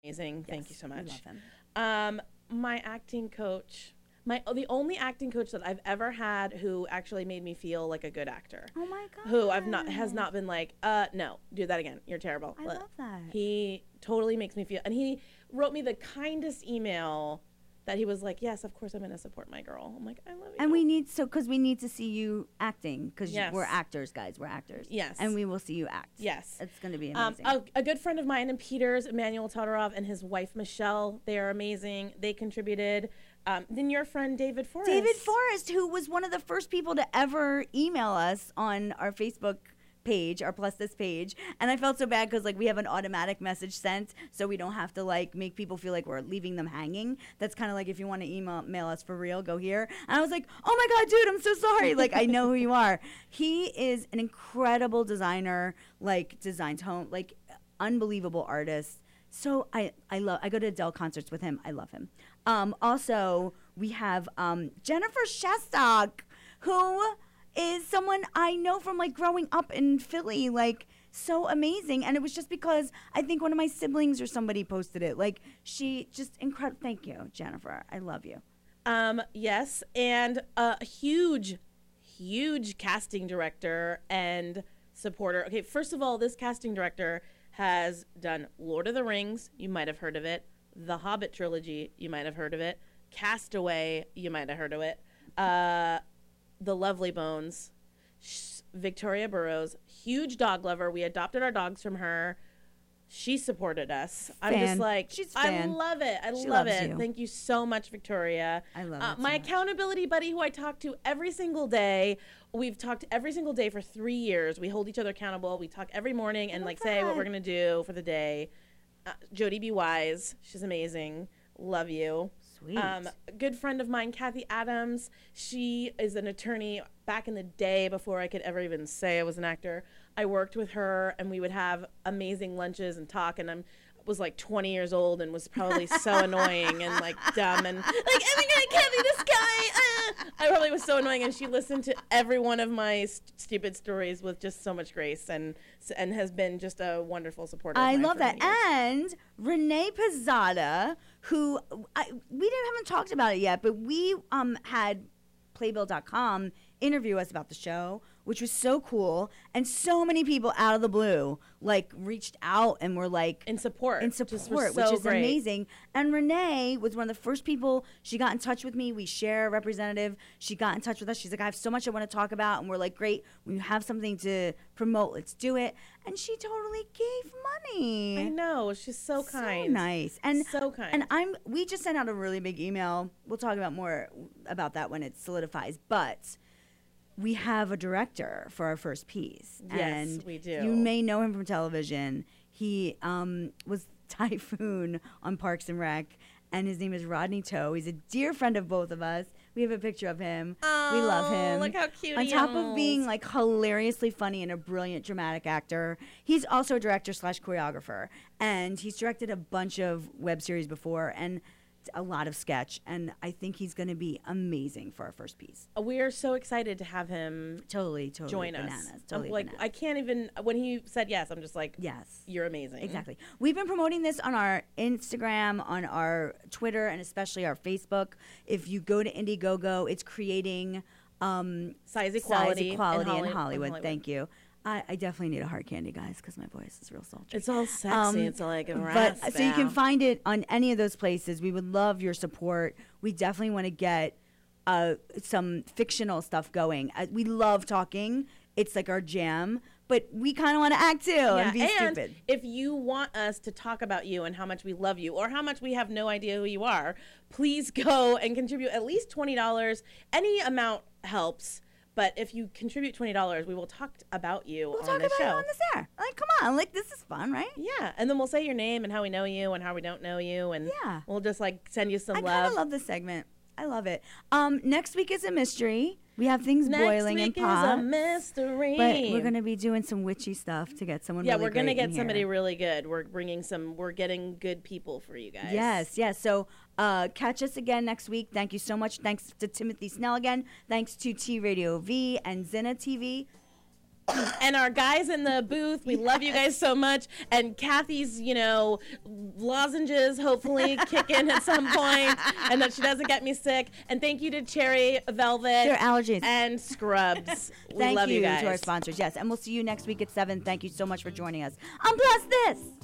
[SPEAKER 3] amazing. Thank you so much.
[SPEAKER 2] love him.
[SPEAKER 3] Um, my acting coach, my the only acting coach that I've ever had who actually made me feel like a good actor.
[SPEAKER 2] Oh my god.
[SPEAKER 3] Who I've not has not been like, uh, no, do that again. You're terrible.
[SPEAKER 2] I
[SPEAKER 3] Blah.
[SPEAKER 2] love that.
[SPEAKER 3] He totally makes me feel, and he wrote me the kindest email that he was like, yes, of course I'm gonna support my girl. I'm like, I love you.
[SPEAKER 2] And we need so because we need to see you acting because
[SPEAKER 3] Yes.
[SPEAKER 2] we're actors, guys. We're actors.
[SPEAKER 3] Yes.
[SPEAKER 2] And we will see you act.
[SPEAKER 3] Yes.
[SPEAKER 2] It's going to be
[SPEAKER 3] Um,
[SPEAKER 2] amazing.
[SPEAKER 3] a, a good friend of mine in Peters, Emmanuel Todorov, and his wife Michelle. They are amazing. They contributed. Um, then your friend David Forrest.
[SPEAKER 2] David Forrest, who was one of the first people to ever email us on our Facebook page, our plus this page, and I felt so bad because like we have an automatic message sent, so we don't have to like make people feel like we're leaving them hanging. That's kind of like if you want to email mail us for real, go here. And I was like, oh my god, dude, I'm so sorry. Like I know who you are. He is an incredible designer. Like designs home, like unbelievable artist. So I, I love I go to Adele concerts with him. I love him. Um, also, we have um, Jennifer Shestak, who is someone I know from like growing up in Philly, like so amazing. And it was just because I think one of my siblings or somebody posted it. Like she just incredible. Thank you, Jennifer. I love you.
[SPEAKER 3] Um, yes, and a huge, huge casting director and supporter. Okay, first of all, this casting director has done Lord of the Rings. You might have heard of it. The Hobbit trilogy. You might have heard of it. Castaway. You might have heard of it. Uh, the Lovely Bones. Sh- Victoria Burrows, huge dog lover. We adopted our dogs from her. She supported us. I'm just
[SPEAKER 2] Fan.
[SPEAKER 3] like,
[SPEAKER 2] She's
[SPEAKER 3] I
[SPEAKER 2] fan.
[SPEAKER 3] love it. I
[SPEAKER 2] She
[SPEAKER 3] love
[SPEAKER 2] loves
[SPEAKER 3] it.
[SPEAKER 2] you.
[SPEAKER 3] Thank you so much, Victoria.
[SPEAKER 2] I love
[SPEAKER 3] Uh,
[SPEAKER 2] it so
[SPEAKER 3] my accountability buddy, who I talk to every single day. We've talked every single day for three years. We hold each other accountable. We talk every morning
[SPEAKER 2] Oh,
[SPEAKER 3] and like say what we're gonna do for the day. Uh, Jody B. Wise, she's amazing. Love you. Um,
[SPEAKER 2] Sweet.
[SPEAKER 3] a good friend of mine, Kathy Adams. She is an attorney. Back in the day, before I could ever even say I was an actor, I worked with her, and we would have amazing lunches and talk. And I'm was like 20 years old and was probably so annoying and like dumb and like oh my god, Kathy, this guy. uh." I probably was so annoying, and she listened to every one of my st- stupid stories with just so much grace, and and has been just a wonderful supporter. of
[SPEAKER 2] I
[SPEAKER 3] mine
[SPEAKER 2] love
[SPEAKER 3] for
[SPEAKER 2] that.
[SPEAKER 3] many years.
[SPEAKER 2] And Renee Pizzada, who I, we didn't haven't talked about it yet, but we um had playbill.com interview us about the show, which was so cool. And so many people out of the blue like reached out and were like
[SPEAKER 3] in support,
[SPEAKER 2] in
[SPEAKER 3] was
[SPEAKER 2] support,
[SPEAKER 3] so
[SPEAKER 2] which is
[SPEAKER 3] great.
[SPEAKER 2] amazing. And Renee was one of the first people. She got in touch with me. We share a representative. She got in touch with us. She's like, I have so much I want to talk about, and we're like, great. When you have something to promote, let's do it. And she totally gave money.
[SPEAKER 3] I know she's so kind,
[SPEAKER 2] nice, and
[SPEAKER 3] so kind.
[SPEAKER 2] And I'm. We just sent out a really big email. We'll talk about more about that when it solidifies. But we have a director for our first piece.
[SPEAKER 3] Yes,
[SPEAKER 2] and
[SPEAKER 3] we do.
[SPEAKER 2] You may know him from television. He um, was (laughs) Typhoon on Parks and Rec, and his name is Rodney Toe. He's a dear friend of both of us. We have a picture of him. we love
[SPEAKER 3] Oh,
[SPEAKER 2] him.
[SPEAKER 3] look how cute
[SPEAKER 2] On
[SPEAKER 3] he
[SPEAKER 2] top
[SPEAKER 3] is.
[SPEAKER 2] of being like hilariously funny and a brilliant dramatic actor, he's also a director slash choreographer, and he's directed a bunch of web series before and a lot of sketch. And I think he's going to be amazing for our first piece.
[SPEAKER 3] we are so excited to have him
[SPEAKER 2] totally, totally
[SPEAKER 3] join us.
[SPEAKER 2] bananas,
[SPEAKER 3] I'm
[SPEAKER 2] totally
[SPEAKER 3] like I can't even when he said yes, I'm just like
[SPEAKER 2] yes,
[SPEAKER 3] you're amazing.
[SPEAKER 2] Mm-hmm. Exactly. We've been promoting this on our Instagram, on our Twitter, and especially our Facebook. If you go to Indiegogo, it's creating um,
[SPEAKER 3] Size equality in
[SPEAKER 2] equality in,
[SPEAKER 3] Holly-
[SPEAKER 2] Hollywood.
[SPEAKER 3] in Hollywood.
[SPEAKER 2] Thank you. I, I definitely need a hard candy, guys, because my voice is real sultry.
[SPEAKER 3] It's all sexy. it's like a
[SPEAKER 2] Um, but uh, so you can
[SPEAKER 3] raspbow.
[SPEAKER 2] find it on any of those places. We would love your support. We definitely want to get uh, some fictional stuff going. Uh, we love talking. It's like our jam, but we kind of want to act too and be stupid.
[SPEAKER 3] If you want us to talk about you and how much we love you or how much we have no idea who you are, please (laughs) go and contribute at least $20. Any amount helps. But if you contribute twenty dollars, we will talk t- about you on
[SPEAKER 2] talk
[SPEAKER 3] the
[SPEAKER 2] about you
[SPEAKER 3] show.
[SPEAKER 2] on this air. Like, come on, like this is fun, right?
[SPEAKER 3] Yeah, and then we'll say your name and how we know you and how we don't know you, and yeah, we'll just like send you some love.
[SPEAKER 2] I love this segment. I love it. Um, next week is a mystery. We have things
[SPEAKER 3] Next
[SPEAKER 2] boiling
[SPEAKER 3] week
[SPEAKER 2] in
[SPEAKER 3] is a
[SPEAKER 2] pot.
[SPEAKER 3] mystery.
[SPEAKER 2] But we're gonna be doing some witchy stuff to get someone.
[SPEAKER 3] yeah,
[SPEAKER 2] really
[SPEAKER 3] we're gonna
[SPEAKER 2] great in
[SPEAKER 3] get somebody
[SPEAKER 2] here.
[SPEAKER 3] really good. We're bringing some. We're getting good people for you guys.
[SPEAKER 2] Yes, yes. So uh, catch us again next week. Thank you so much. Thanks to Timothy Snell again. Thanks to T Radio V and Zena TV.
[SPEAKER 3] and our guys in the booth, we love you guys so much. And Kathy's, you know, lozenges
[SPEAKER 2] (laughs)
[SPEAKER 3] hopefully kick in at some point, and that she doesn't get me sick. And thank you to Cherry Velvet,
[SPEAKER 2] Their allergies. (laughs)
[SPEAKER 3] and Scrubs. we
[SPEAKER 2] Thank
[SPEAKER 3] love you, guys.
[SPEAKER 2] to our sponsors. Yes, and we'll see you next week at seven. Thank you so much for joining us. I'm Um, plus this.